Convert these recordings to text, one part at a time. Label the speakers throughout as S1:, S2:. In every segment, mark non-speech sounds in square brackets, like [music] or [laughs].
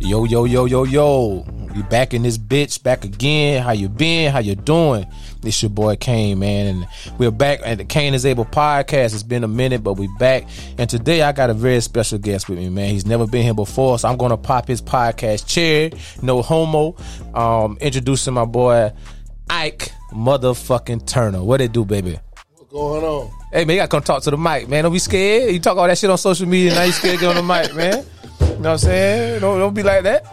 S1: Yo, yo, yo, yo, yo. We back in this bitch, back again. How you been? How you doing? This your boy Kane, man. And we're back at the Kane is Able podcast. It's been a minute, but we back. And today I got a very special guest with me, man. He's never been here before, so I'm gonna pop his podcast chair. No homo. Um, introducing my boy Ike motherfucking Turner. What it do, baby?
S2: going on?
S1: Hey man, you gotta come talk to the mic, man. Don't be scared. You talk all that shit on social media, now you scared to get on the mic, man. You know what I'm saying? Don't don't be like that.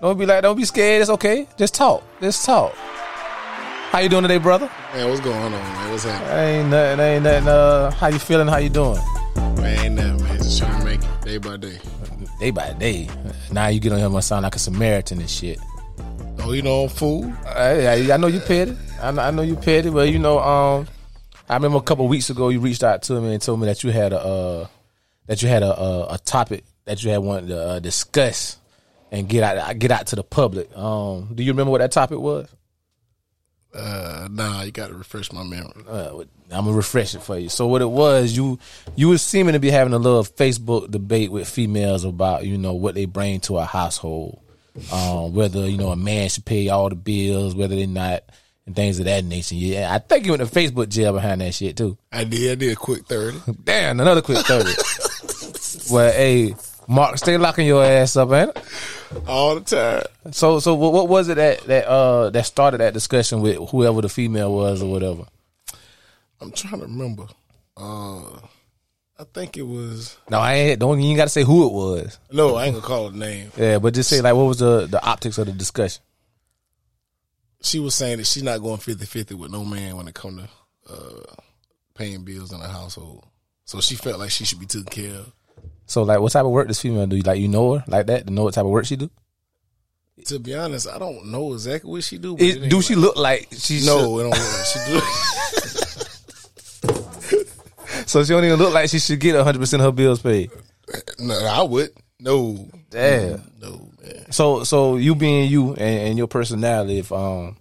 S1: Don't be like don't be scared. It's okay. Just talk. Just talk. How you doing today, brother?
S2: Man, what's going on, man? What's happening?
S1: Ain't nothing. Ain't nothing. Uh, how you feeling? How you doing?
S2: Man, ain't nothing, man. Just trying to make it day by day.
S1: Day by day. Now you get on here, must sound like a Samaritan and shit.
S2: Oh, you know, food?
S1: I, I, I know you petty. I know, I know you petty, but you know, um, I remember a couple weeks ago you reached out to me and told me that you had a uh, that you had a, a a topic that you had wanted to uh, discuss and get out get out to the public. Um, do you remember what that topic was?
S2: Uh, nah, you got to refresh my memory.
S1: Uh, I'm gonna refresh it for you. So what it was, you you were seeming to be having a little Facebook debate with females about you know what they bring to a household, um, whether you know a man should pay all the bills, whether they not and things of that nature. Yeah, I think you went to Facebook jail behind that shit too.
S2: I did. I did a quick [laughs] thirty.
S1: Damn, another quick thirty. well, hey, Mark, stay locking your ass up, man.
S2: All the time.
S1: So, so what, what was it that that uh that started that discussion with whoever the female was or whatever?
S2: I'm trying to remember. Uh, I think it was.
S1: No, I ain't. Don't you ain't got to say who it was.
S2: No, I ain't gonna call a name.
S1: Yeah, but just say like what was the the optics of the discussion.
S2: She was saying that she's not going 50-50 with no man when it come to uh, paying bills in the household. So she felt like she should be taken care of.
S1: So like, what type of work does female do? Like you know her like that to know what type of work she do?
S2: To be honest, I don't know exactly what she do. But
S1: It,
S2: it ain't
S1: do she
S2: like-
S1: look like she?
S2: No, it don't look like she do.
S1: should- so she don't even look like she should get hundred percent of her bills paid.
S2: no, I would. No.
S1: Damn.
S2: No, man.
S1: So so you being you and, and your personality, if um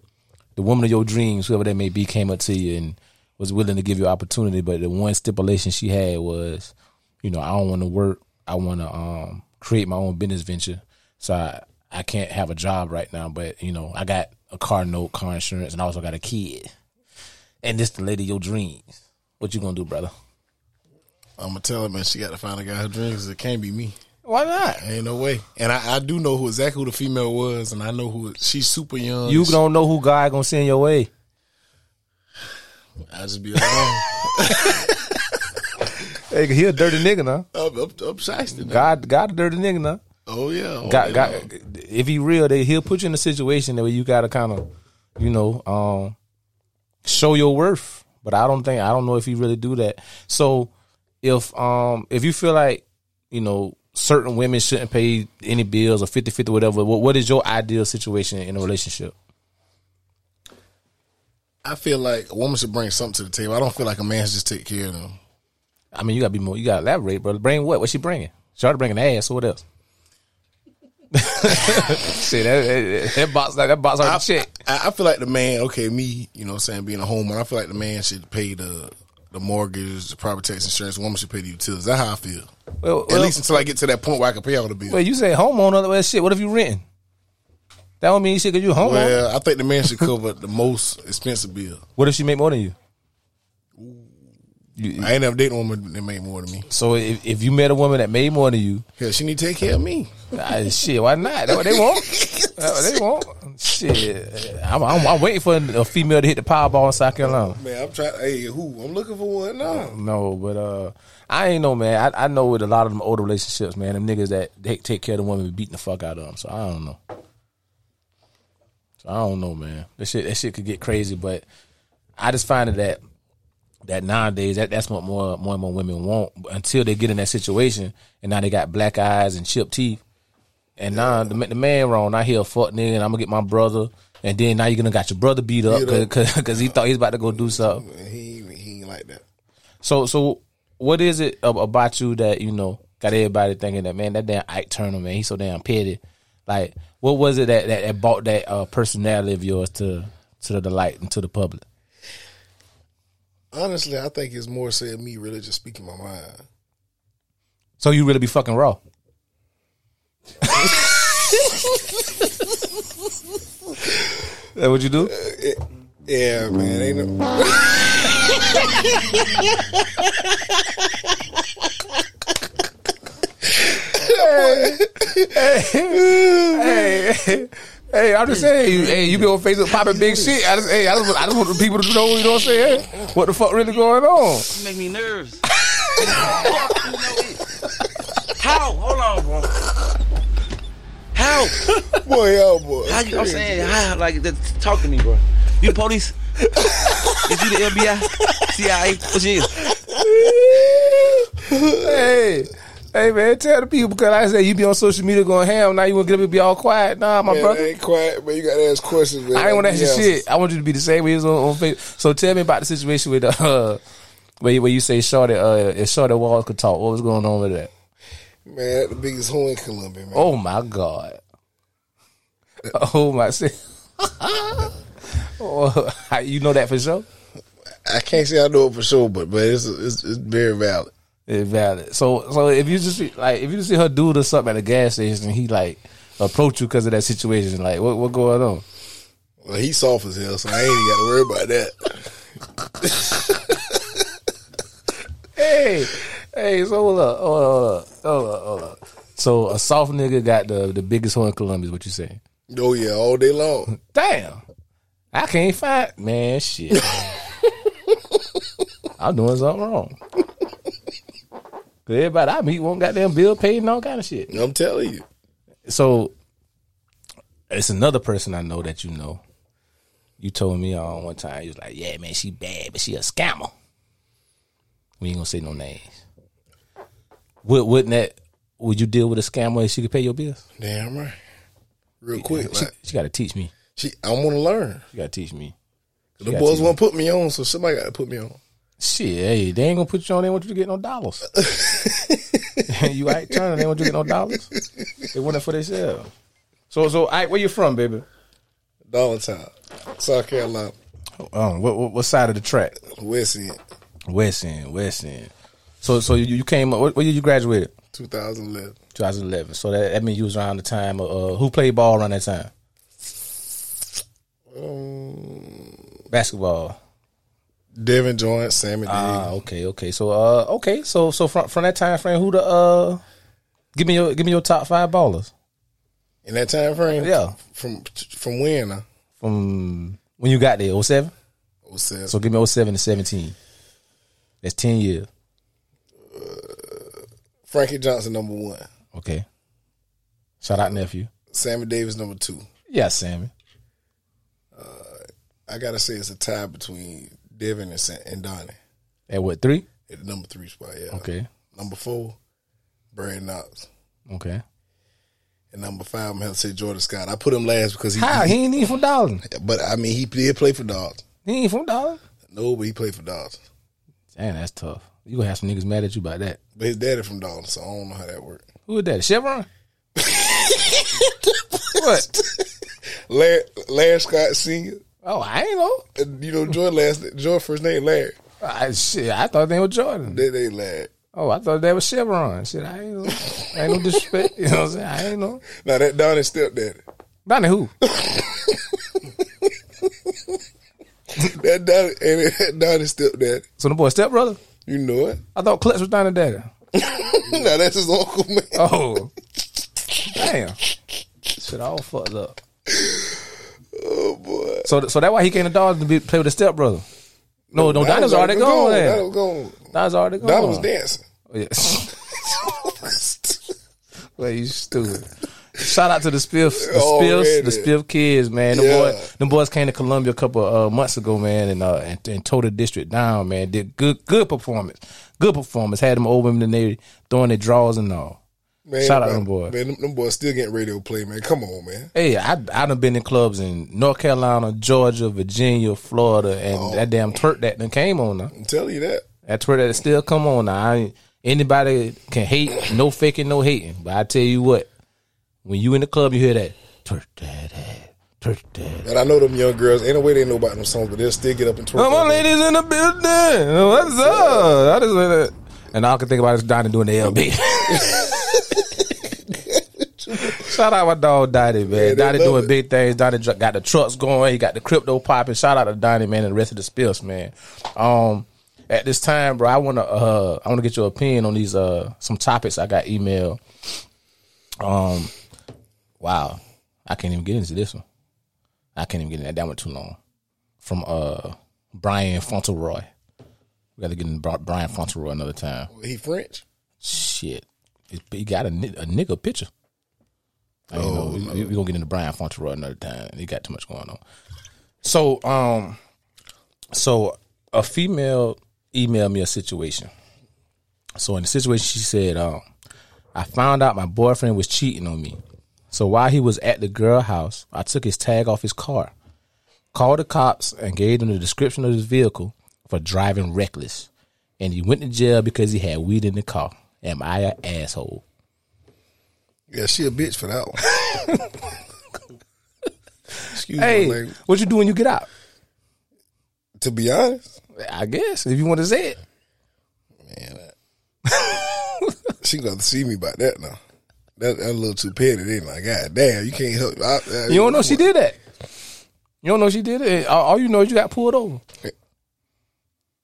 S1: the woman of your dreams, whoever that may be, came up to you and was willing to give you opportunity, but the one stipulation she had was, you know, I don't want to work. I want to um create my own business venture. So I I can't have a job right now, but you know I got a car note, car insurance, and I also got a kid. And this the lady of your dreams. What you gonna do, brother?
S2: I'm gonna tell her, man. She got to find a guy who drinks. It can't be me.
S1: Why not?
S2: Ain't no way. And I, I do know who exactly who the female was, and I know who it- she's super young.
S1: You don't know who God gonna send your way.
S2: I just be like, oh, [laughs]
S1: Hey, he a dirty nigga now.
S2: up, up, up, shysty, man.
S1: God, God, a dirty nigga now.
S2: Oh yeah, Oh,
S1: got,
S2: yeah.
S1: got, if he real, they, he'll put you in a situation where you gotta kind of, you know, um, show your worth. But I don't think I don't know if he really do that. So if um if you feel like you know certain women shouldn't pay any bills or 50-50 whatever, what, what is your ideal situation in a relationship?
S2: I feel like a woman should bring something to the table. I don't feel like a man should just take care of them.
S1: I mean, you gotta be more. You gotta elaborate, brother. Bring what? What's she bringing? She already bringing ass. So what else? [laughs] See that, that, that box that box
S2: I,
S1: already checked.
S2: I, I feel like the man. Okay, me. You know, what I'm saying being a homeowner, I feel like the man should pay the the mortgage, the property tax, insurance. The woman should pay the utilities. That's how I feel.
S1: Well,
S2: At
S1: well-
S2: least until I get to that point where I can pay all the bills.
S1: Well, you say homeowner. Well, shit. What if you renting? That don't mean shit because you homeowner.
S2: Well, I think the man should cover the most expensive bill.
S1: what if she make more than you? you
S2: I ain't never dated a woman that made more than me.
S1: so if, if you met a woman that made more than you,
S2: Hell, she need to take care of me.
S1: ah, shit, why not? That's what they want. That's what they want. Shit, I'm, I'm, I'm waiting for a female to hit the powerball in South Carolina.
S2: Man, I'm trying. Hey, who? I'm looking for one now.
S1: No, but uh, I ain't know, man. I, I know with a lot of them older relationships, man, them niggas that they take care of the woman be beating the fuck out of them. So I don't know. So I don't know, man. That shit, that shit could get crazy, but I just find it that that nowadays that that's what more more and more women want until they get in that situation and now they got black eyes and chipped teeth. And now the, ma- the man wrong. I hear a fuck nigga, and I'm gonna get my brother. And then now you're gonna got your brother beat up [laughs] because he thought he was about to go do something.
S2: He ain't- he ain't like that.
S1: So so what is it ab- about you that you know got everybody thinking that man that damn Ike Turner man he's so damn petty? Like what was it that that, that brought that uh, personality of yours to to the light and to the public?
S2: Honestly, I think it's more said me really just speaking my mind.
S1: So you really be fucking raw? That what you do?
S2: Yeah, man. Ain't no.
S1: hey, [laughs] hey, I'm just saying, you, hey, you be on Facebook popping big shit. I just, hey, I just, I just want the people to know, you know what I'm saying? What the fuck really going on?
S3: You make me nervous. [laughs] Fuck, you know it. How? Hold on, bro. How?
S2: Boy, oh boy.
S3: How you, I'm saying, how, like, just talk to me, bro. You the police? Is you the FBI? CIA? What you is?
S1: hey, hey, man, tell the people because I said you be on social media going ham. Now you want to get up and be all quiet? Nah, my
S2: [laughs] Man,
S1: brother.
S2: ain't quiet, man. You gotta ask questions, man.
S1: I ain't want to ask you
S2: Yeah.
S1: shit. I want you to be the same way as on, on Facebook. So tell me about the situation with the. Uh, where you, where you say Shorty, uh, if Shorty Walls could talk, what was going on with that?
S2: Man, that's the biggest hoe in Columbia, man.
S1: Oh my god! Oh my [laughs] shit! oh, how- you know that for sure.
S2: I can't say I know it for sure, but but it's it's, it's very valid.
S1: It's valid. So so if you just see- like if you just see her dude or something at the gas station, he like approach you because of that situation. Like what what going on?
S2: Well, he's soft as hell, so I ain't even got to worry about that.
S1: hey, hey, so hold up, hold up, hold up, hold up, hold up. So a soft nigga got the the biggest horn in Columbia. Is what you saying?
S2: Oh yeah, all day long.
S1: Damn, I can't find man. Shit, I'm doing something wrong. 'Cause everybody I meet won't goddamn bill paid and all kind of shit.
S2: I'm telling you.
S1: So it's another person I know that you know. You told me on one time you was like, "Yeah, man, she bad, but she a scammer." We ain't gonna say no names. Would wouldn't that? Would you deal with a scammer if she could pay your bills?
S2: Damn right. Real quick,
S1: She,
S2: like,
S1: she got to teach me.
S2: she, I want to learn.
S1: She got to teach me.
S2: The
S1: got
S2: boys
S1: you.
S2: won't put me on, so somebody got to put me on.
S1: Shit, hey, they ain't gonna put you on. They want you to get no [laughs] dollars. you ain't turning. They want you to get no dollars. They want it for themselves. So, so, I, where you from, baby?
S2: Dollatown, South Carolina,
S1: Um, what, what, what side of the track?
S2: West End,
S1: West End, West End. So, so you, you came up. What, what year you graduated?
S2: 2011.
S1: 2011. So that, that means you was around the time of uh, who played ball around that time? Um, Basketball.
S2: Devin Joint, Sammy
S1: Ah, okay, okay. So, uh, okay. So, so from from that time frame, who the uh, give me your give me your top five ballers
S2: Diggs. In that time frame,
S1: Yeah.
S2: From from when? Uh,
S1: from when you got there 07?
S2: oh, seven.
S1: So give me 07 to 17. That's 10 years.
S2: Frankie Johnson number one,
S1: Okay. Shout out nephew.
S2: Sammy Davis number two.
S1: Yeah, Sammy.
S2: I gotta say it's a tie between Devin and, Sa- and Donnie
S1: At what three?
S2: at the number three spot. Yeah.
S1: Okay.
S2: Number four, Brad Knox.
S1: Okay.
S2: And number five, I'm gonna say Jordan Scott. I put him last because he,
S1: How he ain't even from Darlington.
S2: but I mean he did play for Dogs.
S1: He ain't from Dollar.
S2: No, but he played for Dogs.
S1: Damn, that's tough. You gonna have some niggas mad at you about that.
S2: But his daddy from Dogs, so I don't know how that worked.
S1: Who is that?
S2: [laughs]
S1: Chevron? what?
S2: Larry, Larry Scott Senior.
S1: Oh, I ain't know.
S2: And, you know Jordan last Jordan first name Larry.
S1: I, shit, I thought they were Jordan.
S2: That ain't Larry.
S1: Oh, I thought they were Chevron. Shit, I ain't know. I ain't no disrespect. You know what I'm saying? I ain't know.
S2: Now that Donnie stepdaddy.
S1: Donnie who?
S2: That Donnie and [laughs] that Donnie stepdaddy.
S1: So the boy stepbrother?
S2: You know it. [laughs]
S1: I thought Clutch was Donnie daddy.
S2: now that's his uncle man.
S1: Oh. Damn. Shit, all fucked up.
S2: Oh boy.
S1: So so that's why he came to Dollar to be, play with the stepbrother. No, no, Oh, Donnie's already gone.
S2: Donnie
S1: there.
S2: was gone.
S1: Donnie's already gone.
S2: Donnie was dancing. [laughs]
S1: Oh, [laughs] yeah. well, you stupid. Oh, Shout out to the Spiffs, the
S2: Already.
S1: Spiffs, the Spiff kids, man. The
S2: Yeah.
S1: boy, them boys came to Columbia a couple uh, months ago, man, and, uh, and and tore the district down, man. Did good, good performance, good performance. Had them old women in there throwing their draws and all.
S2: Man,
S1: Shout out
S2: man,
S1: them boys.
S2: Man, them, them boys still getting radio play, man. Come on, man.
S1: Hey, I I done been in clubs in North Carolina, Georgia, Virginia, Florida, and that damn twerk that done came on now.
S2: I'm telling you that.
S1: That twerk that still come on now. I ain't- anybody can hate, no faking, no hating. But I tell you what, when you in the club, you hear that twerk that, ass, twerk that.
S2: And I know them young girls. Ain't no way they know about them songs, but they'll still get up and twerk.
S1: Come
S2: on
S1: on,
S2: that.
S1: ladies in the building, what's up? [laughs] I just and all I can think about is Donnie doing the LB. Shout out my dog Donnie, man.
S2: they
S1: Donnie
S2: love
S1: doing
S2: it.
S1: big things. Donnie dr- got the trucks going. He got the crypto popping. Shout out to Donnie, man, and the rest of the Spills, man. Um, at this time, bro, I wanna uh, I wanna get your opinion on these uh some topics I got emailed. Um, wow, I can't even get into this one. I can't even get into that. That went too long. From uh Brian Fauntleroy. We got to get into Bri- Brian Fauntleroy another time.
S2: He French?
S1: Shit. It- He got a, ni- a nigga picture. I ain't know. We're we, we gonna get into Brian Fonteroy another time. He got too much going on. So, um, so a female emailed me a situation. So in the situation, she said, um, I found out my boyfriend was cheating on me. So while he was at the girl house, I took his tag off his car, called the cops, and gave them the description of his vehicle for driving reckless. And he went to jail because he had weed in the car. Am I an asshole?
S2: Yeah, she a bitch for that one. [laughs] Excuse
S1: Hey,
S2: me, like,
S1: what you do when you get out?
S2: to be honest,
S1: I guess if you want to say it.
S2: man,
S1: [laughs]
S2: I- she gonna see me about that now. That, that a little too petty. Then like, god damn, you can't help. I, I,
S1: You don't know she did that. You don't know she did it. All all you know is you got pulled over.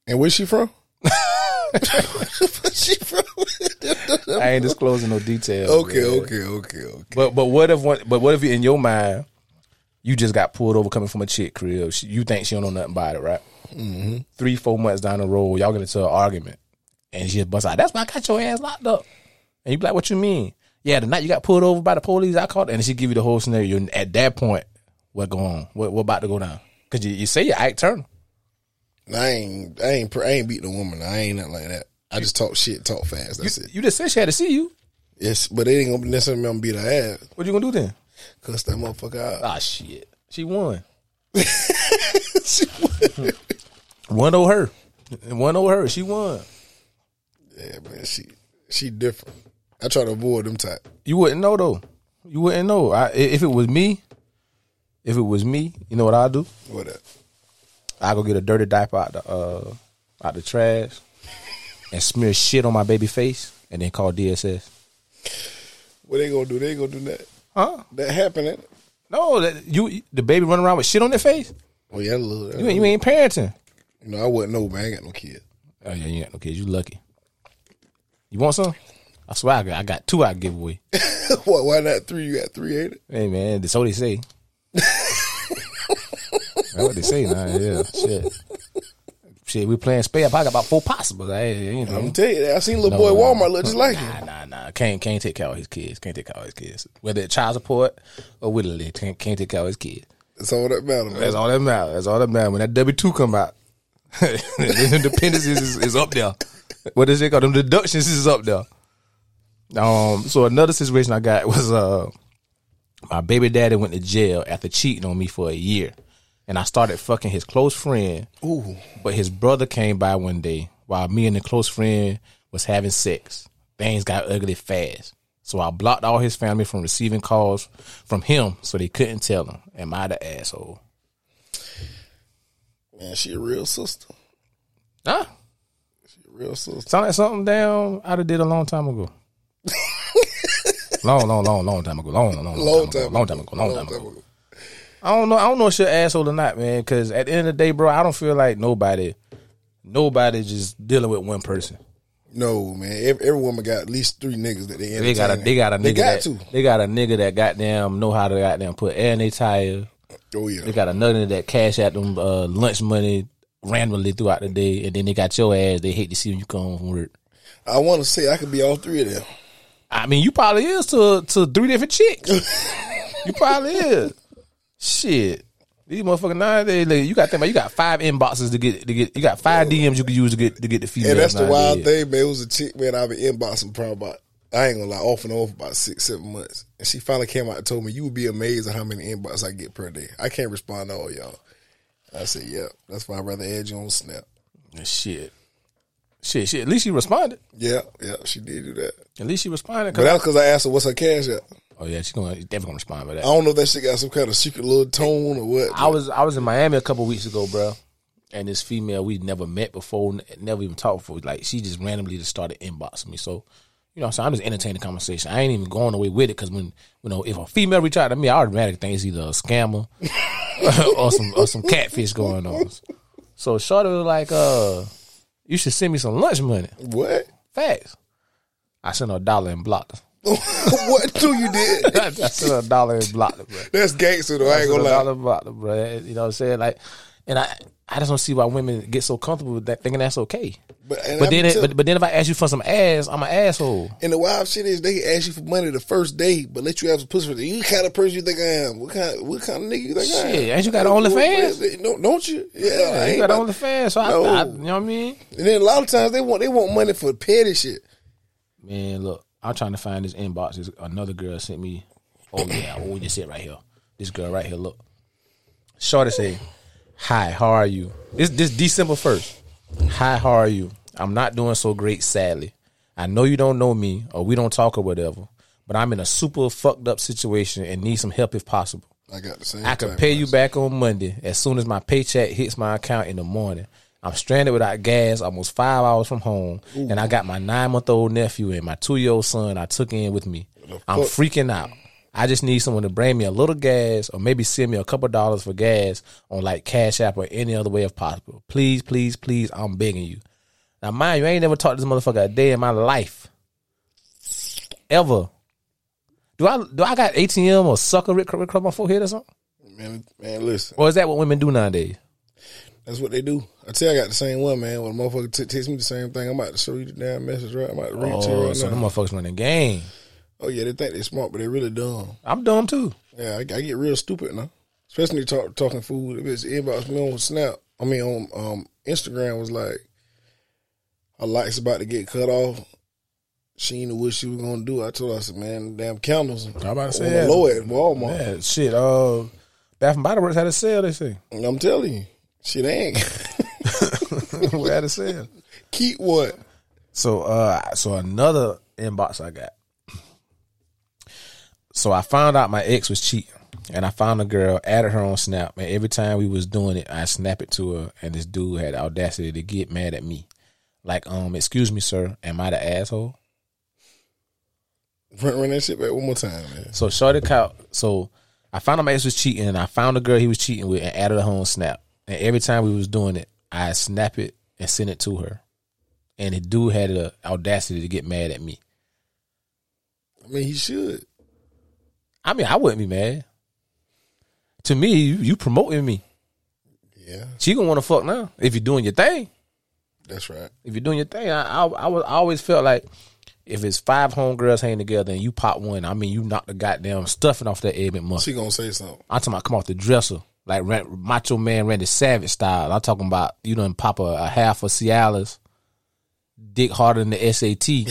S2: And where's
S1: [laughs]
S2: she from? she from?
S1: I ain't disclosing no details.
S2: [laughs] okay,
S1: man.
S2: okay, okay, okay.
S1: But but what if one? But what if in your mind you just got pulled over coming from a chick crib? She, you think she don't know nothing about it, right? Mm-hmm. Three four months down the road, y'all get into an argument, and she just busts out. That's why I got your ass locked up. And you be like, "What you mean? Yeah, the night you got pulled over by the police, I called." And she give you the whole scenario. And at that point, what going on? What what about to go down? Because you, you say you're Ike Turner.
S2: I ain't, I ain't, pr- I ain't beating a woman. I ain't nothing like that. I just talk shit, talk fast. That's it.
S1: You just said she had to see you.
S2: Yes, but it ain't gonna necessarily gonna beat her ass.
S1: What you gonna do then?
S2: Cuss that motherfucker out.
S1: Ah, shit. She [laughs] won. One over her. One over her. She won.
S2: Yeah, man, she, she different. I try to avoid them type.
S1: You wouldn't know though. You wouldn't know. I, i- if it was me, if it was me, you know what I'll do?
S2: Whatever.
S1: I go get a dirty diaper out the uh, out the trash and smear shit on my baby face and then call DSS.
S2: What they gonna do? They gonna do that.
S1: Huh?
S2: That happening.
S1: No, that, you the baby running around with shit on their face.
S2: Well, Oh, yeah, a little.
S1: You ain't, you ain't parenting.
S2: You know, I wouldn't know, man. I ain't got no kid.
S1: Oh yeah, you got no kids. You lucky. You want some? I swear I got, I got two I give away.
S2: [laughs] Why, why not three? You got three, ain't it?
S1: Hey man, that's what they say. That's what they say, man. Yeah, shit. Shit, we playing spade. I got about four possibles. I, you know.
S2: I'm telling you, that. I seen little
S1: No,
S2: boy
S1: no.
S2: Walmart look just
S1: [laughs]
S2: like him.
S1: Nah, nah, nah. Can't can't take care of his kids. Can't take care of his kids. Whether it's child support or widowly, can't can't take care of his kids.
S2: That's all that matter, man.
S1: That's all that matters. That's all that matters. When that W two come out, [laughs] the dependence is, is, is up there. What is it called? Them deductions is up there. Um. So another situation I got [laughs] was uh, my baby daddy went to jail after cheating on me for a year, and I started fucking his close friend.
S2: Ooh,
S1: But his brother came by one day while me and the close friend was having sex. Things got ugly fast. So I blocked all his family from receiving calls from him so they couldn't tell him. Am I the asshole?
S2: man, she a real sister.
S1: Huh?
S2: She a real sister.
S1: Sound like something down I'd have did a long time ago. long, long, long, long time ago. Long, long, long,
S2: Long
S1: time,
S2: time,
S1: ago. Long time ago. Long time ago.
S2: ago.
S1: I don't know. I don't know if she an asshole or not, man. Because at the end of the day, bro, I don't feel like nobody, nobody just dealing with one person.
S2: No, man. Every, every woman got at least three niggas that they
S1: They got a
S2: entertaining.
S1: they got a nigga
S2: They got
S1: that,
S2: to.
S1: they got a nigga that goddamn know how to goddamn put air in their tire.
S2: Oh yeah.
S1: They got another that cash at them uh, lunch money randomly throughout the day, and then they got your ass. They hate to see when you come home from work.
S2: I want to say I could be all three of them.
S1: I mean, you probably is to to three different chicks.
S2: [laughs]
S1: you probably is. Shit. These motherfucking nowadays, like, you got to think about. You got five inboxes to get to get. You got five DMs you can use to get to get the females.
S2: And that's the
S1: nowadays.
S2: wild thing, man. It was a chick, man. I've been inboxing probably about, I ain't gonna lie, off and on for about six, seven months. And she finally came out and told me, You would be amazed at how many inboxes I get per day. I can't respond to all y'all. I said, Yep, that's why I'd rather add you on Snap.
S1: Shit. Shit. Shit. At least she responded.
S2: Yeah, yeah, she did do that.
S1: At least she responded. 'cause-
S2: But that's because I asked her, What's her cash app?
S1: oh yeah, she's gonna she's definitely gonna respond by that.
S2: I don't know if that shit got some kind of secret little tone or what.
S1: I was I was in Miami a couple weeks ago, bro. And this female we never met before, n- never even talked before. Like she just randomly just started inboxing me. So, you You know, what I'm saying I'm just entertaining the conversation. I ain't even going away with it because when you know if a female reach out to me, I automatically think it's either a scammer [laughs] or some or some catfish going on. So Shorty was like, "Uh, you should send me some lunch money."
S2: What? [laughs]
S1: Facts. I sent her a dollar and blocked her. [laughs]
S2: what do you did?
S1: I sent her a dollar and blocked her, bro.
S2: That's gangster though. I ain't
S1: That's
S2: gonna
S1: what
S2: lie.
S1: I'm about, bro. You know what I'm saying? Like, and I, I just don't see why women get so comfortable with that, thinking that's okay.
S2: But, and
S1: But
S2: I be
S1: then, it,
S2: telling-
S1: but, but then if I ask you for some ass, I'm an asshole.
S2: and the wild shit is they can ask you for money the first day, but let you have some pussy. For the, you the kind of person you think I am? What kind? What kind of nigga you think I am?
S1: Shit, ain't you got
S2: What-
S1: OnlyFans?
S2: what- No, don't you? Yeah, I ain't
S1: You got
S2: about-
S1: OnlyFans, so I,
S2: No.
S1: I, you know what I mean?
S2: And then a lot of times they want they want money for petty shit.
S1: Man, look, I'm trying to find this inbox. This, another girl sent me. Oh yeah, oh just sit right here. This girl right here. Look, Shorty say, "Hi, how are you?" This this December first. Hi, how are you? I'm not doing so great, sadly. I know you don't know me or we don't talk or whatever, but I'm in a super fucked up situation and need some help if possible.
S2: I got the same.
S1: I can
S2: type
S1: pay
S2: of
S1: you back on Monday as soon as my paycheck hits my account in the morning. I'm stranded without gas, almost five hours from home, and I got my nine month old nephew and my two year old son I took in with me. I'm freaking out. I just need someone to bring me a little gas or maybe send me a couple dollars for gas on like Cash App or any other way if possible. Please, please, please, I'm begging you. Now, mind you, I ain't never talked to this motherfucker a day in my life. Ever. Do I do I got ATM or sucker Rick, Rick on my forehead or something?
S2: Man, man, listen,
S1: Or is that what women do nowadays?
S2: that's what they do. I tell you, I got the same one, man. When a motherfucker t- text me the same thing, I'm about to show you the damn message, right? I'm about to read it to you
S1: Oh,
S2: right
S1: so
S2: now.
S1: them motherfuckers running game.
S2: oh yeah, they think they smart, but they really dumb.
S1: I'm dumb too.
S2: Yeah, I, I get real stupid now, especially talk, talking food. If it's inbox me on Snap, I mean on um, Instagram was like, her likes about to get cut off. She didn't know what she was gonna do. I told her, I said, man, damn candles.
S1: I'm about to say
S2: on
S1: that.
S2: the low at Walmart.
S1: Yeah, shit. Uh, Bath and Body Works had a sale. They [laughs] say
S2: And I'm telling you, shit ain't. [laughs]
S1: we had a sale.
S2: Keep what?
S1: So, uh, so another inbox I got. So I found out my ex was cheating, and I found a girl, added her on Snap, and every time we was doing it, I snap it to her, and this dude had the audacity to get mad at me, like, um, excuse me, sir, am I the asshole?
S2: Run, run that shit back one more time, man.
S1: So Shorty caught. So I found out my ex was cheating, and I found a girl he was cheating with, and added her on Snap. And every time we was doing it, I snap it and send it to her. And the dude had the audacity to get mad at me.
S2: I mean, he should.
S1: I mean, I wouldn't be mad. To me, you, you promoting me.
S2: Yeah,
S1: She gonna want to fuck now if you're doing your thing.
S2: that's right.
S1: If you're doing your thing, I I, I, was, I always felt like if it's five homegirls hanging together and you pop one, I mean, you knock the goddamn stuffing off that egg muffin.
S2: She gonna say something.
S1: I'm talking about come off the dresser like Ran- Macho Man Randy Savage style. I'm talking about you done pop a, a half of Cialis, dick harder than the SAT.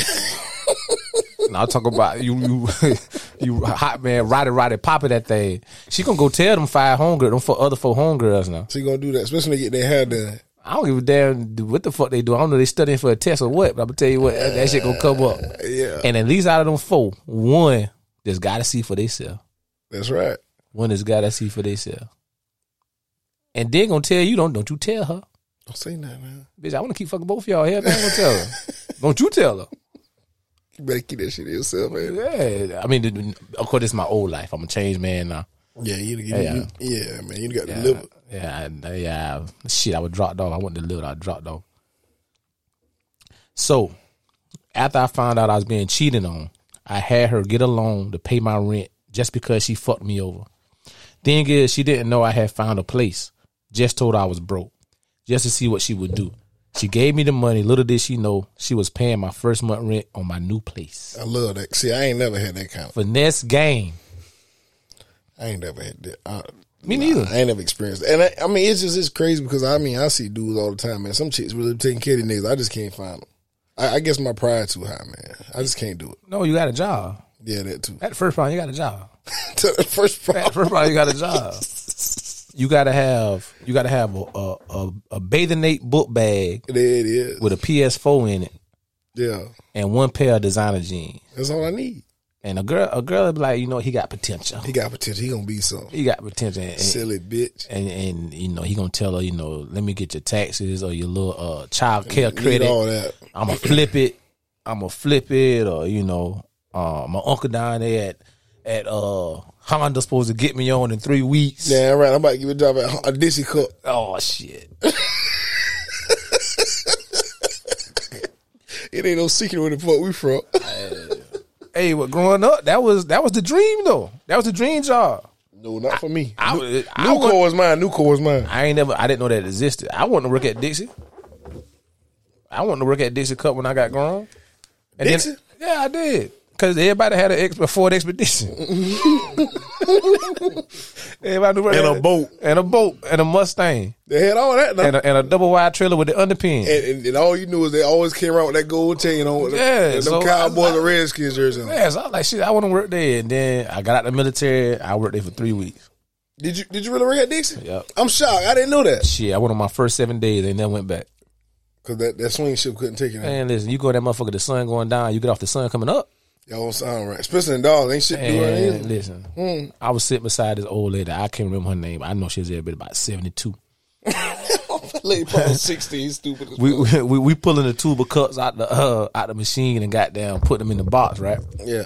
S1: and I'm talking about you you [laughs] you hot man roddy roddy popping that thing. She gonna go tell them five homegirls, them four other four homegirls now.
S2: She gonna do that, especially when they get their hair done.
S1: I don't give a damn what the fuck they do. I don't know they studying for a test or what, but I'm gonna tell you what that, that shit gonna come up.
S2: Yeah,
S1: And at least out of them four, one just gotta see for themselves.
S2: that's right.
S1: One has got to see for themselves. And they're gonna tell you, don't don't you tell her,
S2: Don't say nothing, man.
S1: bitch. I want to keep fucking both of y'all here. Man, I'm gonna tell her. don't you tell her.
S2: You better keep that shit to yourself, man.
S1: Yeah, I mean, th- th- of course, it's my old life. I'm a changed man now.
S2: Yeah, you, you,
S1: Yeah.
S2: you- yeah, man. You got to deliver.
S1: Yeah, I- yeah. Shit, I was dropped off. I wasn't delivered. I dropped off. So, after I found out I was being cheated on, I had her get a loan to pay my rent just because she fucked me over. Thing is, she didn't know I had found a place. Just told her I was broke, just to see what she would do. She gave me the money. Little did she know she was paying my first month rent on my new place.
S2: I love that. See, I ain't never had that kind of.
S1: Finesse game.
S2: I ain't never had that. I,
S1: Me neither.
S2: I ain't never experienced. That. And I, I mean, it's just it's crazy because I mean, I see dudes all the time, man. Some chicks really taking care of these niggas. I just can't find them. I, I guess my pride too high, man. I just can't do it.
S1: No, you got a job.
S2: Yeah, that too. [laughs]
S1: At the first round, you got a job.
S2: To the first problem.
S1: [laughs] First of all, you got a [laughs] job. You gotta have you gotta have a a, a, a bathing ape book bag
S2: There it is.
S1: with a PS4 in it
S2: Yeah,
S1: and one pair of designer jeans.
S2: that's all I need.
S1: And a girl a girl be like, you know, he got potential.
S2: He got potential. He gonna be something.
S1: He got potential. And,
S2: Silly bitch.
S1: and and you know, he gonna tell her, you know, let me get your taxes or your little uh child care
S2: Need
S1: credit.
S2: all that.
S1: I'ma flip it. I'm gonna flip it, or you know, uh, my uncle down there at at uh Honda supposed to get me on in three weeks.
S2: Yeah, right. I'm about to give a job at a Dixie Cup.
S1: Oh shit!
S2: It ain't no secret where the fuck we from. [laughs]
S1: hey, what growing up? That was that was the dream though. That was the dream job.
S2: no, not for me.
S1: I
S2: I,
S1: would- I would-
S2: Nuco is mine. Nuco is mine.
S1: I ain't never. I didn't know that existed. I wanted to work at Dixie. I wanted to work at Dixie Cup when I got grown. And
S2: Dixie?
S1: Then, yeah, I did. Cause everybody had an ex a Ford [laughs] Expedition. everybody knew
S2: And a boat.
S1: and a boat, and a Mustang,
S2: They had all that.
S1: and uh,
S2: And,
S1: a, and a double wide trailer with the underpin.
S2: and, and, all you knew is they always came around with that gold chain on. With
S1: Yeah,
S2: them, and
S1: so
S2: them
S1: I-
S2: Cowboys and Redskins jerseys. on.
S1: yeah, so I was like, shit, I want to work there. And then I got out of the military. I worked there for three weeks.
S2: Did you Did you really work at Dixie?
S1: Yep.
S2: I'm shocked. I didn't know that
S1: Shit, I went on my first seven days and then went back.
S2: because that, that swing ship couldn't take it.
S1: Man, listen, you go that motherfucker, the sun going down, you get off the sun coming up.
S2: Y'all don't sound right, especially in dogs. Ain't shit doing
S1: And
S2: it.
S1: listen, I was sitting beside this old lady. I can't remember her name. I know she was there, but about seventy two.
S2: [laughs] Lady probably sixteen, stupid. as
S1: We, we [laughs] we we pulling the tuba cups out the uh, out the machine and got down, put them in the box, right?
S2: Yeah.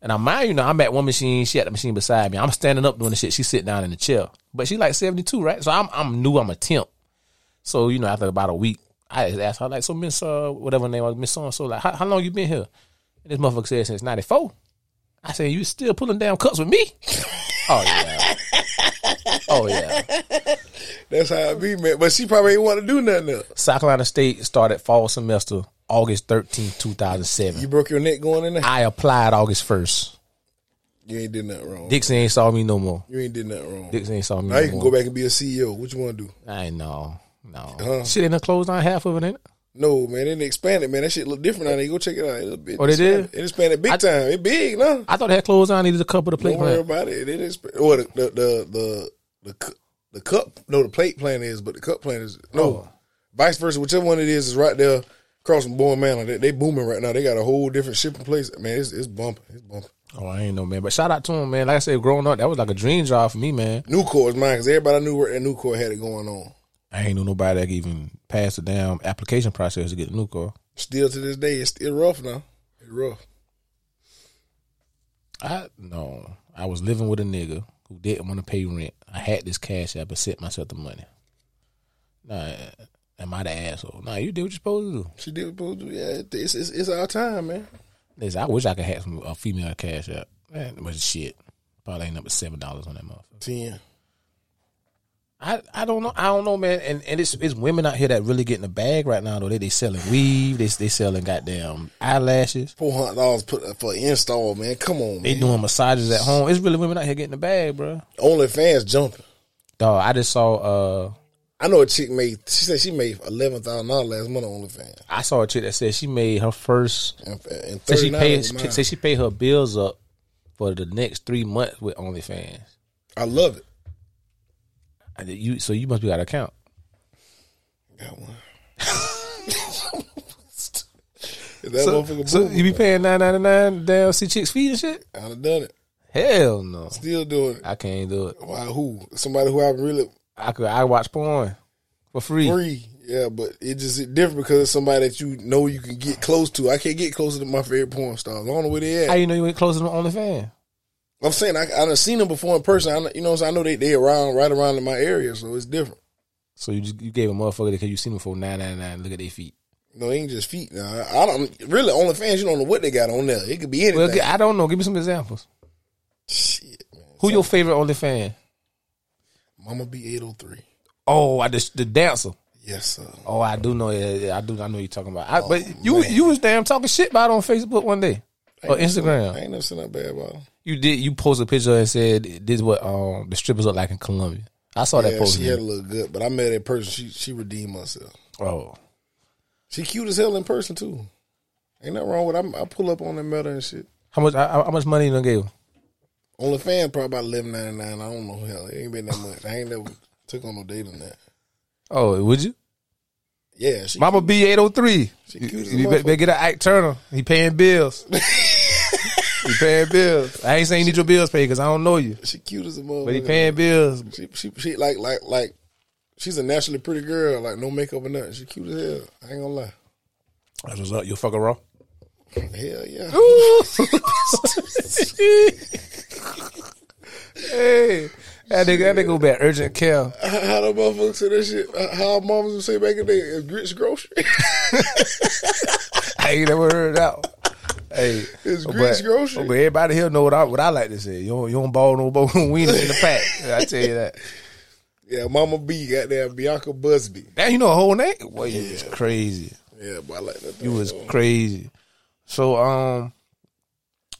S1: And I mind you know, I'm at one machine, she at the machine beside me. I'm standing up doing the shit. She sitting down in the chair, but she like seventy two, right? So I'm I'm new. I'm a temp. So you know, after about a week, I just asked her like, so Miss uh whatever her name was Miss So and So, like how, how long you been here? And this motherfucker said since ninety four. I said, you still pulling down cups with me? [laughs] oh yeah. Oh yeah.
S2: That's how it be, man. But she probably ain't want to do nothing else.
S1: South Carolina State started fall semester August thirteenth, two 2007.
S2: You broke your neck going in there.
S1: I applied August 1st.
S2: You ain't did nothing wrong.
S1: Dixon ain't saw me no more.
S2: You ain't did nothing wrong.
S1: Dixon ain't saw me
S2: Now
S1: no
S2: you can
S1: more.
S2: go back and be a CEO. What you want to do?
S1: I know. No.
S2: Huh.
S1: Shit ain't done closed down half of it, ain't it?
S2: No, man, it expanded, man. That shit look different now. They go check it out. It look big-
S1: Oh, they did?
S2: It expanded big
S1: I-
S2: time. It big, no.
S1: I thought it had closed down. Needed a couple of the
S2: Don't worry
S1: playground.
S2: about it. It expanded. Or the the the the, the, cu- the cup. No, the plate plan is, but the cup plan is no.
S1: Oh.
S2: Vice versa, whichever one it is, is right there across from Bowen Manor. They, they booming right now. They got a whole different shipping place. Man, it's it's bumping. It's bumping.
S1: Oh, I ain't know, man. But shout out to him, man. Like I said, growing up, that was like a dream job for me, man.
S2: Nucor is mine because everybody I knew where that Nucor had it going on.
S1: I ain't know nobody that could even passed the damn application process to get a new car.
S2: Still to this day, it's still rough now. It's rough.
S1: I no. I was living with a nigga who didn't want to pay rent. I had this cash app and sent myself the money. Nah, am I the asshole? Nah, you did what you supposed to do.
S2: She did what supposed to do. Yeah, it's, it's it's our time, man.
S1: Listen, I wish I could have some a female cash app. Man, but shit. Probably ain't up to seven dollars on that motherfucker.
S2: Ten.
S1: I, I don't know I don't know man and, and it's it's women out here that really getting a bag right now though they they selling weave they they selling goddamn eyelashes
S2: Four hundred dollars put for install, man. Come on,
S1: they
S2: man.
S1: doing massages at home it's really women out here getting the bag bro
S2: OnlyFans jumping.
S1: dog I just saw uh
S2: I know a chick made. She said she made eleven thousand dollars last month on OnlyFans.
S1: I saw a chick that said she made her first
S2: And, and
S1: said she
S2: thirty nine.
S1: paid said she paid her bills up for the next three months with OnlyFans
S2: I love it.
S1: And you so you must be out of account
S2: Got one. Is [laughs] that
S1: so,
S2: motherfucker
S1: so
S2: so
S1: you be paying nine ninety nine down see chicks feet and shit
S2: I done done it.
S1: hell no
S2: Still doing it.
S1: I can't do it
S2: Why? Who? Somebody who I really
S1: I could I watch porn for free.
S2: free. Yeah, but it just it different because it's somebody that you know you can get close to. I can't get closer to my favorite porn stars. I don't know where they at.
S1: How you know you ain't closing on OnlyFans?
S2: I'm saying I, I done seen them before in person. I, kn- you know, so I know they they around right around in my area, so it's different.
S1: So you just, you gave a motherfucker because you seen them for nine nine nine. Look at their feet.
S2: No, it ain't just feet. Now I, I don't really OnlyFans. You don't know what they got on there. It could be anything.
S1: Well, g- I don't know. Give me some examples.
S2: Shit, man.
S1: Who your favorite OnlyFans?
S2: Mama B eight oh three.
S1: Oh, I just the dancer.
S2: Yes, sir.
S1: Oh, I do know. Yeah, yeah, I do. I know you're talking about. I, but you
S2: man.
S1: you was damn talking shit about it on Facebook one day or
S2: I
S1: Instagram.
S2: ain't never seen that bad bottle.
S1: You did. You posted a picture and said this is what um the strippers look like in Colombia. I saw that
S2: Yeah,
S1: post.
S2: she had a little good, but I met her in person. She she redeemed herself.
S1: oh,
S2: She cute as hell in person too. Ain't nothing wrong with. I, I pull up on that metal and shit.
S1: how much? How, how much money you done gave? her?
S2: OnlyFans probably about eleven ninety nine. I don't know hell. It ain't been that much. I ain't never took on no date on that.
S1: Oh, would you?
S2: Yeah, she
S1: Mama B eight oh three.
S2: She cute as a
S1: You better, better get an Ike Turner. He paying
S2: [laughs]
S1: bills. he paying bills. I ain't saying you need your bills paid because I don't know you,
S2: she cute as a motherfucker.
S1: but he paying bills.
S2: She she she like like like she's a naturally pretty girl, like no makeup or nothing. She cute as hell. I ain't gonna lie.
S1: That's what's up. You fucker raw.
S2: Hell yeah.
S1: [laughs] hey, that nigga, that nigga go back urgent care.
S2: How, how the motherfuckers say that shit? How- How moms would say back in the day, it's grits grocery. [laughs]
S1: I ain't never heard it out. Hey,
S2: It's Grease
S1: but-
S2: Grocery.
S1: But everybody here know what I what I like to say. You don't, you don't ball no [laughs] bone wiener in the pack. I tell you that.
S2: yeah, Mama B got that Bianca Busby.
S1: Now you know a whole name. Well, you was crazy.
S2: Yeah, but I like that.
S1: You
S2: thing,
S1: was
S2: though.
S1: crazy. So um,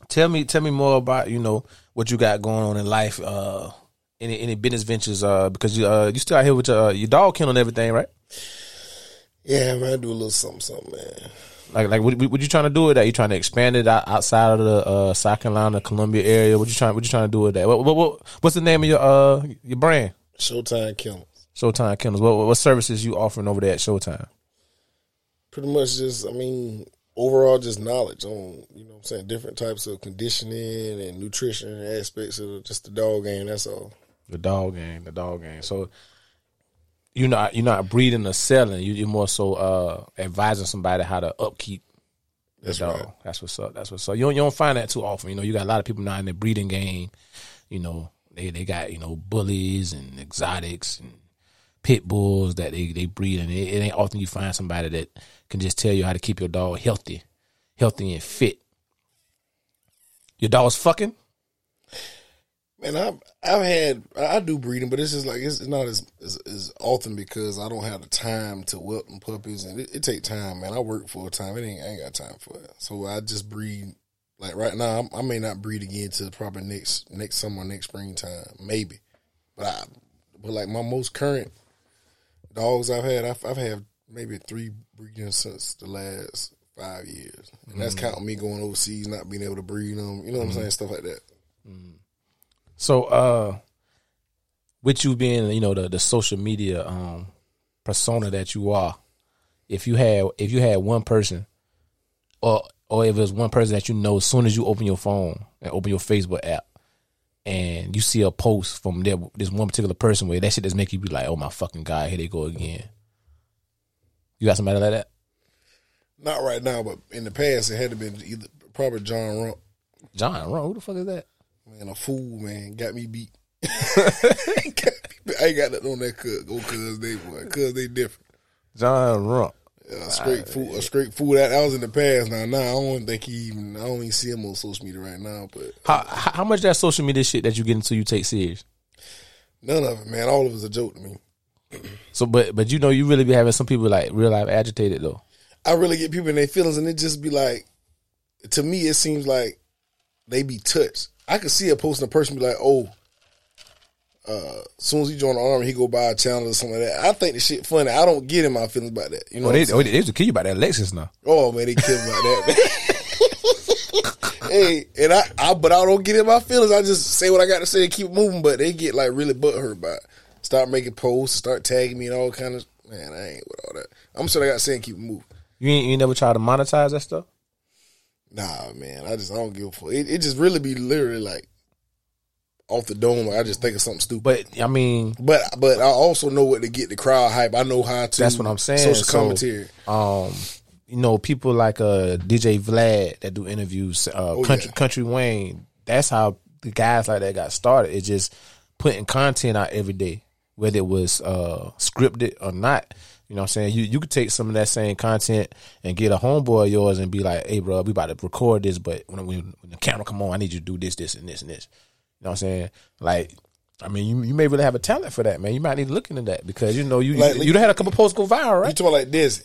S1: tell me tell me more about you know what you got going on in life. Uh, any any business ventures? Uh, because you uh you still out here with your uh, your dog kennel and everything, right?
S2: Yeah, man, I do a little something, something, man.
S1: Like like what, what you trying to do with that? You trying to expand it out, outside of the uh, South Carolina, Columbia area? What you trying What you trying to do with that? What, what, what what's the name of your uh your brand?
S2: Showtime Kennels.
S1: Showtime Kennels. What, what what services you offering over there at Showtime?
S2: Pretty much just, I mean, overall just knowledge on, you know what I'm saying, different types of conditioning and nutrition aspects of just the dog game, that's all.
S1: The dog game, the dog game. So you're not you're not breeding or selling. You, you're more so uh advising somebody how to upkeep the dog. That's what's up. That's what's up. You don't, you don't find that too often. You know, you got a lot of people now in the breeding game. You know, they they got you know bullies and exotics and pit bulls that they they breed, and it, it ain't often you find somebody that can just tell you how to keep your dog healthy, healthy and fit. Your dog's fucking.
S2: Man, I've I've had I do breeding, but it's just like it's not as as, as often because I don't have the time to whelp them puppies, and it, it take time, man. I work full time; it ain't I ain't got time for it. So I just breed. Like right now, I'm, I may not breed again till probably next next summer, next springtime, maybe. But I but like my most current dogs I've had, I've, I've had maybe three breedings since the last five years, and that's counting me going overseas, not being able to breed them. You know what I'm saying? Stuff like that.
S1: So, uh, with you being, you know, the, the social media um, persona that you are, if you had if you had one person, or or if it's one person that you know, as soon as you open your phone and open your Facebook app, and you see a post from there, this one particular person, where that shit just make you be like, oh my fucking god, here they go again. You got somebody like that?
S2: Not right now, but in the past, it had to been either probably John Rump.
S1: John, wrong. Who the fuck is that?
S2: Man, a fool, man, got me beat. [laughs] Got me beat. I ain't got nothing on that cuz. Go cuz they boy. Cuz they different.
S1: John Rump.
S2: Yeah, a straight fool, a straight fool. That, that was in the past. Now, now I don't think he even. I don't even see him on social media right now. But
S1: How how how much that social media shit that you get into you take serious?
S2: none of it, man. All of it's a joke to me.
S1: So, but but you know, you really be having some people like real life agitated though.
S2: I really get people in their feelings, and it just be like, to me, it seems like they be touched. I could see a post and a person be like, "Oh, uh, as soon as he join the army, he go buy a channel or something like that." I think the shit funny. I don't get in my feelings about that. You know,
S1: Oh,
S2: what I'm
S1: they, oh, they, they used to kill you about that Lexus now.
S2: Oh man, [laughs] they kill me about that. man. hey, and I, I, but I don't get in my feelings. I just say what I got to say and keep moving. But they get like really butthurt by it. Start making posts, start tagging me and all kind of. Man, I ain't with all that. I'm sure I got to say and keep moving.
S1: You ain't, you ain't never tried to monetize that stuff.
S2: Nah, man, I just I don't give a fuck. It, it just really be literally like off the dome. Like I just think of something stupid.
S1: But I mean,
S2: But but I also know what to get the crowd hype. I know how to.
S1: that's what I'm saying.
S2: Social
S1: So,
S2: commentary.
S1: Um, you know, people like uh DJ Vlad that do interviews, uh, country
S2: Oh, yeah.
S1: country Wayne. That's how the guys like that got started. It's just putting content out every day, whether it was uh scripted or not. You know what I'm saying? You you could take some of that same content and get a homeboy of yours and be like, "Hey, bro, we about to record this, but when, when, when the camera come on, I need you to do this, this, and this, and this." You know what I'm saying? Like, I mean, you, you may really have a talent for that, man. You might need to look into that because you know you
S2: Like-
S1: you, you done had a couple posts go viral, right?
S2: You talking like Dizzy?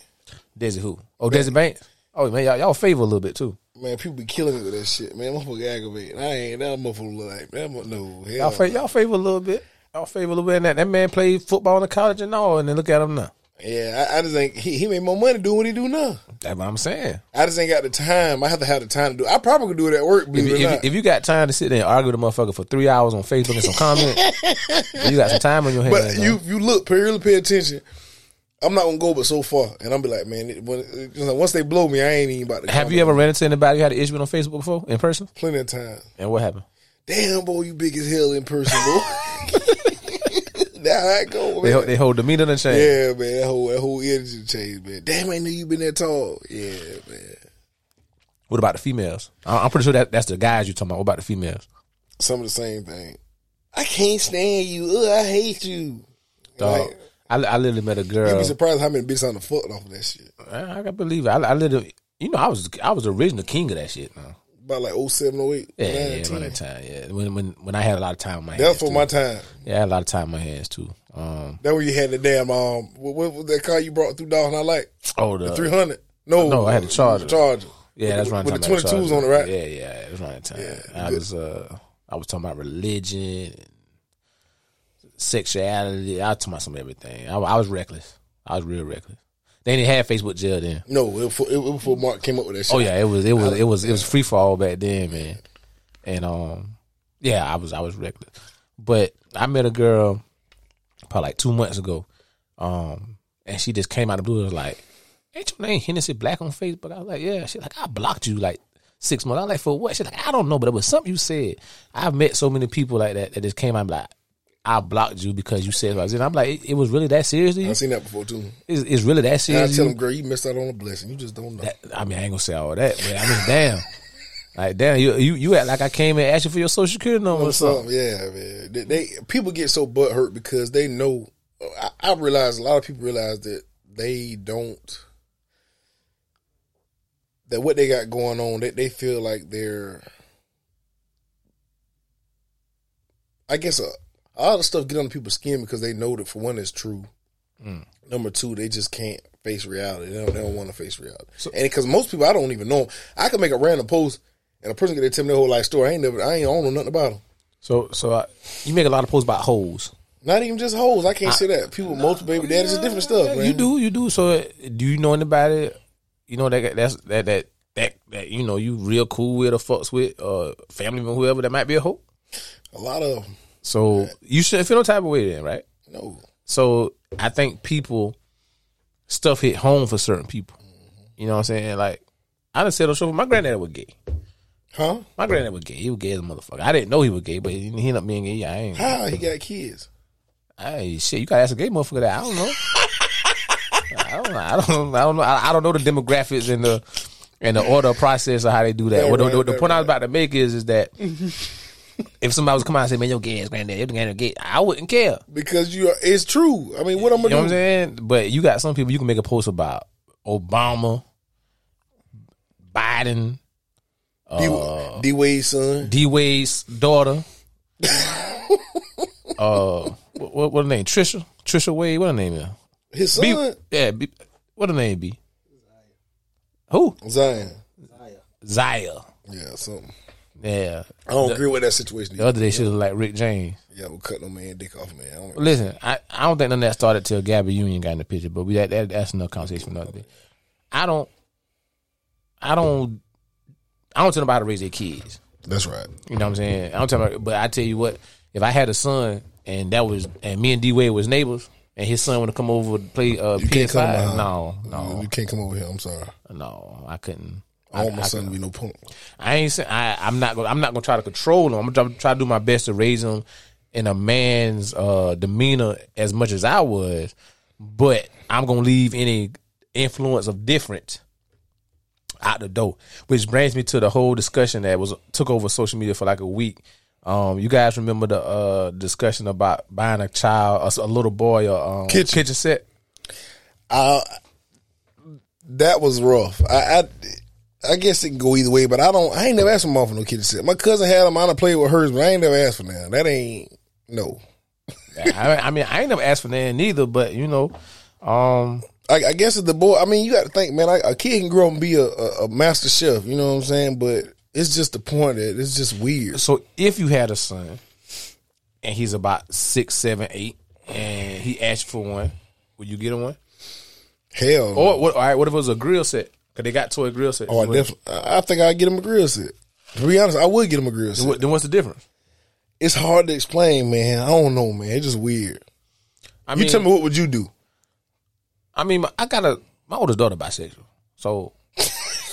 S1: Desi who? Oh, Desi Banks. Oh man, y'all, y'all favor a little bit too.
S2: Man, people be killing me with that shit. Man, motherfucker aggravated. I ain't that motherfucker look like that. Motherfucker, no,
S1: Y'all,
S2: hell,
S1: fa- y'all favor a little bit. Y'all favor a little bit. And that, that man played football in the college and all, and then look at him now.
S2: yeah. I, I just ain't. He, he made more money doing what he do now.
S1: That's what I'm saying.
S2: I just ain't got the time. I have to have the time to do. It. I probably could do it at work.
S1: If,
S2: Believe
S1: you-
S2: it or
S1: if,
S2: not.
S1: you- if you got time to sit there and argue with a motherfucker for three hours on Facebook and some comment, [laughs] you got some time on your hands.
S2: But you you look pay- really pay attention. I'm not gonna go but so far, and I'm be like, man, it, when, it's like, once they blow me, I ain't even about to.
S1: have you
S2: comment.
S1: ever ran into anybody you had an issue with on Facebook before in person?
S2: plenty of time?
S1: And what happened?
S2: Damn, boy, you big as hell in person, boy. [laughs] That's how it go,
S1: They
S2: man.
S1: ho- they hold the meter and change.
S2: Yeah, man, that whole that whole energy change, man. Damn, I knew you been that tall. Yeah, man.
S1: What about the females? I- I'm pretty sure that that's the guys you're talking about. What about the females?
S2: Some of the same thing. I can't stand you. Ugh, I hate you.
S1: Dog.
S2: Like,
S1: I, I literally met a
S2: you'd
S1: girl.
S2: be surprised how many bitches on the fuck off of that shit.
S1: I, I can believe it. I, I literally, you know, I was I was the original king of that shit. Man.
S2: About like 07, 08,
S1: Yeah,
S2: 09,
S1: yeah,
S2: 10.
S1: around that time. Yeah, when when when I had a lot of time on my hands.
S2: That's for
S1: too.
S2: my time.
S1: yeah, I had a lot of time on my hands too. Um,
S2: That when you had the damn um, what, what was that car you brought through dog and I like
S1: oh the
S2: three hundred. No,
S1: No, I had the Charger.
S2: Charger.
S1: yeah, that's right.
S2: With the 22s on it, right?
S1: uh, Yeah, yeah, that's right. Time.
S2: Yeah.
S1: I was uh, I was talking about religion, and sexuality. I was talking about some everything. I, I was reckless. I was real reckless. They didn't have Facebook jail then.
S2: No, it was, for, it was before Mark came up with that shit.
S1: Oh yeah, it was it was it was it was free for all back then, man. And um, yeah, I was I was reckless. But I met a girl probably like two months ago, um, and she just came out of the blue and was like, "Ain't your name Hennessy Black on Facebook?" I was like, "Yeah." She's like, "I blocked you like six months." I was like, "For what?" She's like, "I don't know, but it was something you said." I've met so many people like that that just came out and be like. I blocked you because you said what I said. I'm like, it, it was really that serious. to you?
S2: I seen that before too.
S1: It's, it's really that
S2: And I
S1: serious. to
S2: tell
S1: you?
S2: him, girl, you missed out on a blessing. You just don't know.
S1: that- I mean, I ain't gonna say all that, but I mean, damn, like damn, you you you act like I came and asked you for your social security number or something.
S2: Something, yeah, man. They, they people get so butt hurt because they know. I, I realize a lot of people realize that they don't. That what they got going on, they they feel like they're. I guess a, a lot of stuff get under people's skin because they know that for one it's true. Number two, they just can't face reality. They don't, they don't want to face reality. and because most people, I don't even know 'em. I can make a random post and a person could tell me their whole life story. I ain't never, I ain't on nothing about them.
S1: So so I, you make a lot of posts about hoes.
S2: Not even just hoes. I can't say that. People with multiple baby daddies is different stuff, man.
S1: You do you do. So uh, do you know anybody? You know that got- that's that that that that you know you real cool with or fucks with or family member whoever that might be a hoe.
S2: a lot of 'em.
S1: So you should feel no type of way then, right?
S2: no.
S1: So I think people stuff hit home for certain people. You know what I'm saying? Like I done said on show, my granddad was gay.
S2: Huh?
S1: My granddad was gay. He was gay as a motherfucker. I didn't know he was gay, but he ended up being gay. Yeah, I ain't.
S2: How he got kids?
S1: Hey, shit, you gotta ask a gay motherfucker that. I don't know. I
S2: [laughs]
S1: don't. know. I don't. I don't know. I I don't know the demographics and the and the order of process of how they do that.
S2: Yeah,
S1: What the-
S2: right,
S1: the, the
S2: right,
S1: point I was about to make is is
S2: [laughs]
S1: that if somebody was coming out and say, "Man, your gay ass granddad, your granddad gay," I wouldn't care.
S2: Because you are, it's true. I mean, what I'm
S1: You know what
S2: gonna
S1: I'm
S2: do?
S1: saying? But you got some people you can make a post about Obama, Biden, Uh,
S2: D- D Wade's son.
S1: D Wade's daughter. uh, what, what, what her name? Trisha. Trisha Wade. What her name is?
S2: His son
S1: B. Yeah. B, what her name be? Who?
S2: Zion.
S1: Zaya.
S2: Yeah, something.
S1: Yeah.
S2: I don't agree with that situation.
S1: The
S2: Either.
S1: other day she was like Rick James.
S2: Yeah, we'll cut no man dick off, man. I don't-
S1: Listen, I, I don't think none of that started till Gabby Union got in the picture, but we that, that that's another conversation for another day. I don't. I don't. I don't tell them how to raise their kids.
S2: That's right.
S1: You know what I'm saying? I don't tell my, but I tell you what, if I had a son and that was and me and D Wade was neighbors and his son would to come over to play uh
S2: You can't come
S1: PS5,
S2: over.
S1: no,
S2: You-
S1: no,
S2: You can't come over here. I'm sorry.
S1: no, I couldn't.
S2: I
S1: I,
S2: want my son to be no punk.
S1: I ain't saying I, I'm not gonna I'm not gonna try to control him. I'm gonna try, try to do my best to raise him in a man's uh demeanor as much as I was, but I'm gonna leave any influence of different out the door. Which brings me to the whole discussion that was took over social media for like a week. Um, you guys remember the uh, discussion about buying a child, a s- a, little boy, a um,
S2: Kitchen.
S1: kitchen set?
S2: I that was rough. I, I I guess it can go either way, but I don't. I ain't never asked my mom for no kitchen set. My cousin had them. I done played with hers, but I ain't never asked for none. That ain't no.
S1: I, I mean, I ain't never asked for that neither, but you know, um,
S2: I, I guess if the boy, I mean, you got to think, man. I, a kid can grow up and be a, a, a master chef. You know what I'm saying? But it's just the point that it's just weird.
S1: so if you had a son and he's about six, seven, eight, and he asked for one, would you get him one?
S2: Hell, no.
S1: Or what? All right, what if it was a grill set? Cause they got toy grill sets.
S2: oh, I
S1: Would-
S2: definitely. I I think I'd get him a grill set. To be honest, I would get him a grill set.
S1: what- then what's the difference?
S2: It's hard to explain, man. I don't know, man. It's just weird.
S1: I
S2: You tell me, what would you do?
S1: I mean, my- I got a my oldest daughter bisexual, so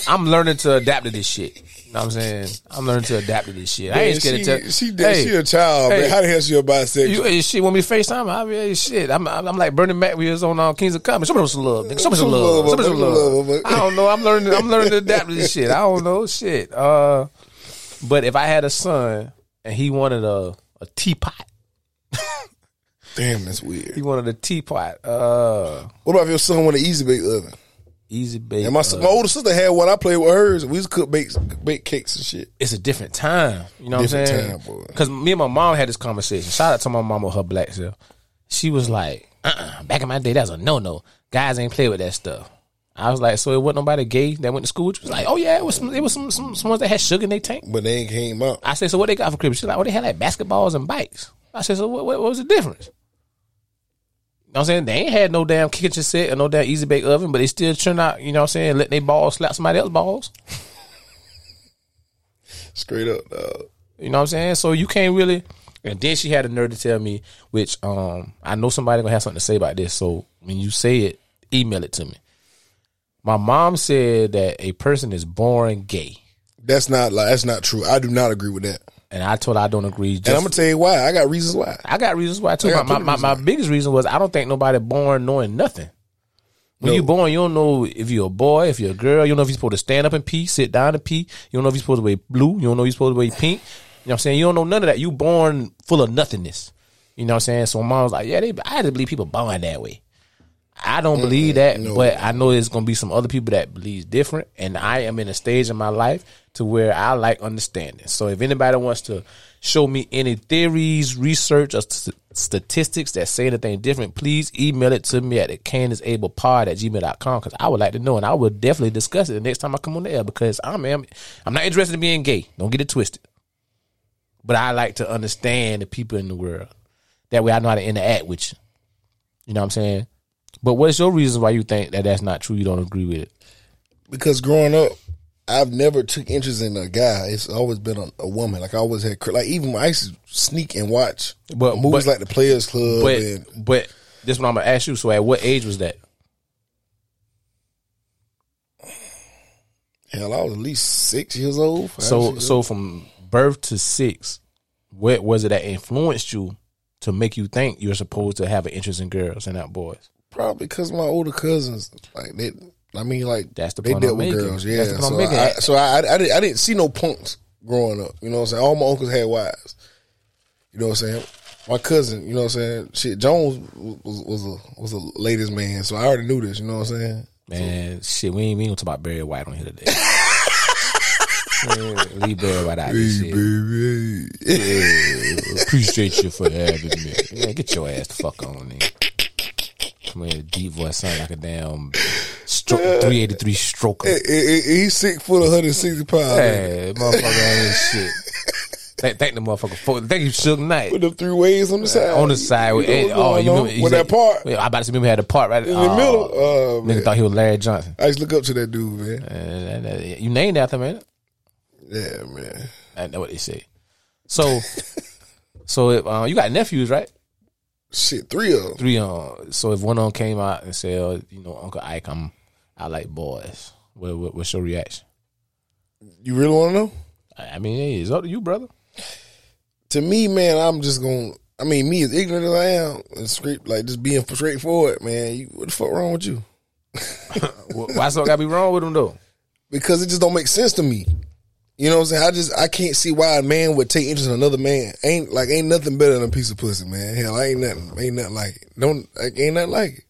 S1: I'm learning to adapt to this shit. know what I'm saying? I'm learning to adapt to this shit. I ain't scared
S2: she,
S1: to tell.
S2: she, she a child,
S1: hey.
S2: man. How the hell she a bisexual?
S1: You, hey, shit, when we FaceTime, I mean, hey, shit, I'm, I'm, I'm like Bernie Mac. We was on uh, Kings of Comedy. Somebody some love, nigga. Somebody some love, somebody some love. I don't know. I'm learning. I'm learning to adapt to this shit. I don't know shit. Uh, but if I had a son and he wanted a a teapot,
S2: Damn, that's
S1: he
S2: weird.
S1: wanted a teapot. Uh,
S2: What about if your son want an easy bake oven?
S1: easy bake.
S2: And my,
S1: uh,
S2: my older sister had one. I played with hers. We used to cook bake, bake cakes and shit.
S1: it's a different time. You know
S2: Different
S1: what I'm
S2: time,
S1: saying?
S2: boy.
S1: Because me and my mom had this conversation. Shout out to my mom with her black self. She was like, uh-uh, back in my day, that was a no no. Guys ain't play with that stuff. I was like, so it wasn't nobody gay that went to school. She was like, oh yeah, it was some, it was some, some, some ones that had sugar in their tank.
S2: But they ain't came out.
S1: I said, so what they got for crib? She's like, oh, they had like basketballs and bikes. I said, so what, what, what was the difference? You know what I'm saying? They ain't had no damn kitchen set or no damn easy bake oven, but they still churn out, you know what I'm saying, let their balls slap somebody else's balls.
S2: Straight up, dog.
S1: You know what I'm saying? So you can't really. And then she had a nerve to tell me, which um, I know somebody gonna have something to say about this. So when you say it, email it to me. My mom said that a person is born gay,
S2: That's not like that's not true. I do not agree with that.
S1: and I told her I don't agree. Just,
S2: And I'm gonna tell you why. I got reasons why.
S1: I got reasons why too. My,
S2: I got
S1: my,
S2: plenty
S1: my, my
S2: reasons.
S1: biggest reason was I don't think nobody born knowing nothing. When
S2: No.
S1: you born, you don't know if you're a boy, if you're a girl. You don't know if you're supposed to stand up and pee, sit down and pee. You don't know if you're supposed to wear blue. You don't know if you're supposed to wear pink. You know what I'm saying? You don't know none of that. You born full of nothingness. You know what I'm saying? So my mom was like, yeah, they, I had to believe people born that way. I don't believe that, but I know there's gonna be some other people that believes different, and I am in a stage in my life to where I like understanding. So if anybody wants to show me any theories, research, or st- statistics that say anything different, please email it to me at canisablepod at gmail.com because I would like to know, and I will definitely discuss it the next time I come on the air because I'm am I'm not interested in being gay. Don't get it twisted, but I like to understand the people in the world. That way, I know how to interact with you. You know what I'm saying? But what's your reason why you think that that's not true? You don't agree with it?
S2: because growing up, I've never took interest in a guy. It's always been a, a woman. Like I always had, cr- like even when I used to sneak and watch
S1: But-
S2: movies
S1: but-
S2: like the Players Club.
S1: But
S2: and
S1: but this is what I'm gonna ask you. So at what age was that?
S2: hell, I was at least six years old. five,
S1: So
S2: six.
S1: so from birth to six, what was it that influenced you to make you think you're supposed to have an interest in girls and not boys?
S2: probably because my older cousins, like they, I mean, like
S1: That's the
S2: they
S1: point
S2: dealt
S1: I'm
S2: with
S1: making. That's
S2: girls. Yeah,
S1: the point I'm
S2: so
S1: making.
S2: I, so I, I, didn't, I didn't see no punks growing up. You know what I'm saying? All my uncles had wives. You know what I'm saying? My cousin, you know what I'm saying? Shit, Jones was was a was a ladies man, so I already knew this. You know what I'm saying?
S1: Man, shit, we ain't, we ain't gonna talk about Barry White on here [laughs] today. Man, leave Barry White out of this shit.
S2: Baby. [laughs]
S1: Appreciate you for having me. Man, get your ass the fuck on, nigga. Come here, deep voice sound like a damn stroke, 383 stroker.
S2: Hey, hey, hey, he's six foot, 160 pounds.
S1: Hey, motherfucker ain't shit. Thank, thank the motherfucker for thank you, Suge Knight.
S2: With the three ways on the side.
S1: On the side with
S2: You know
S1: hey,
S2: what's
S1: oh,
S2: going
S1: you
S2: on
S1: remember he's
S2: With
S1: like-
S2: that part.
S1: Yeah, I about to say, remember he had a part right
S2: In the middle. Oh, man.
S1: Nigga thought he was Larry Johnson.
S2: I used to look up to that dude, man.
S1: Uh, that- that- you named after him, man.
S2: Yeah, man.
S1: I know what they say.
S2: [laughs]
S1: So, so if, uh, you got nephews, right?
S2: Shit, three of them.
S1: Three. Uh, so if one of them came out and said, oh, you know, Uncle Ike, I'm, I like boys. What, what, what's your reaction?
S2: You really want to know?
S1: I I mean, hey, it's up to you, brother.
S2: To me, man, I'm just going to. I mean, me as ignorant as I am, and straight, like just being straightforward, man. You, what the fuck wrong with you?
S1: Wh- Why something got to be wrong with him though?
S2: Because it just don't make sense to me. You know what I'm saying? I just I can't see why a man would take interest in another man. Ain't like ain't nothing better than a piece of pussy, man. Hell, ain't nothing, ain't nothing like it. Don't like, ain't nothing like it.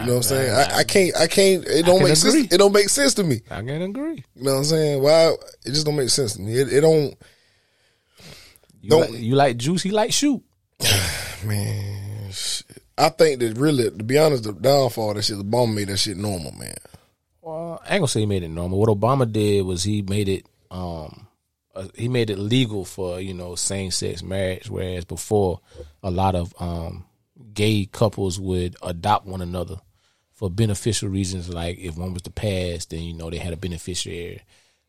S2: You know what I'm saying? I, I can't, I can't. It don't
S1: can
S2: make sense.
S1: agree.
S2: It don't make sense to me.
S1: I can agree.
S2: You know what I'm saying? Why? It just don't make sense to me. It, it don't.
S1: You
S2: Don't-
S1: like, you like juice, he like shoot.
S2: Man, shit. I think that really, to be honest, the downfall of that shit, the bomb made that shit normal, man.
S1: Well, I ain't gonna say he made it normal. What Obama did was he made it um uh, he made it legal for you know same sex marriage, whereas before a lot of um gay couples would adopt one another for beneficial reasons. Like if one was to pass, then you know they had a beneficiary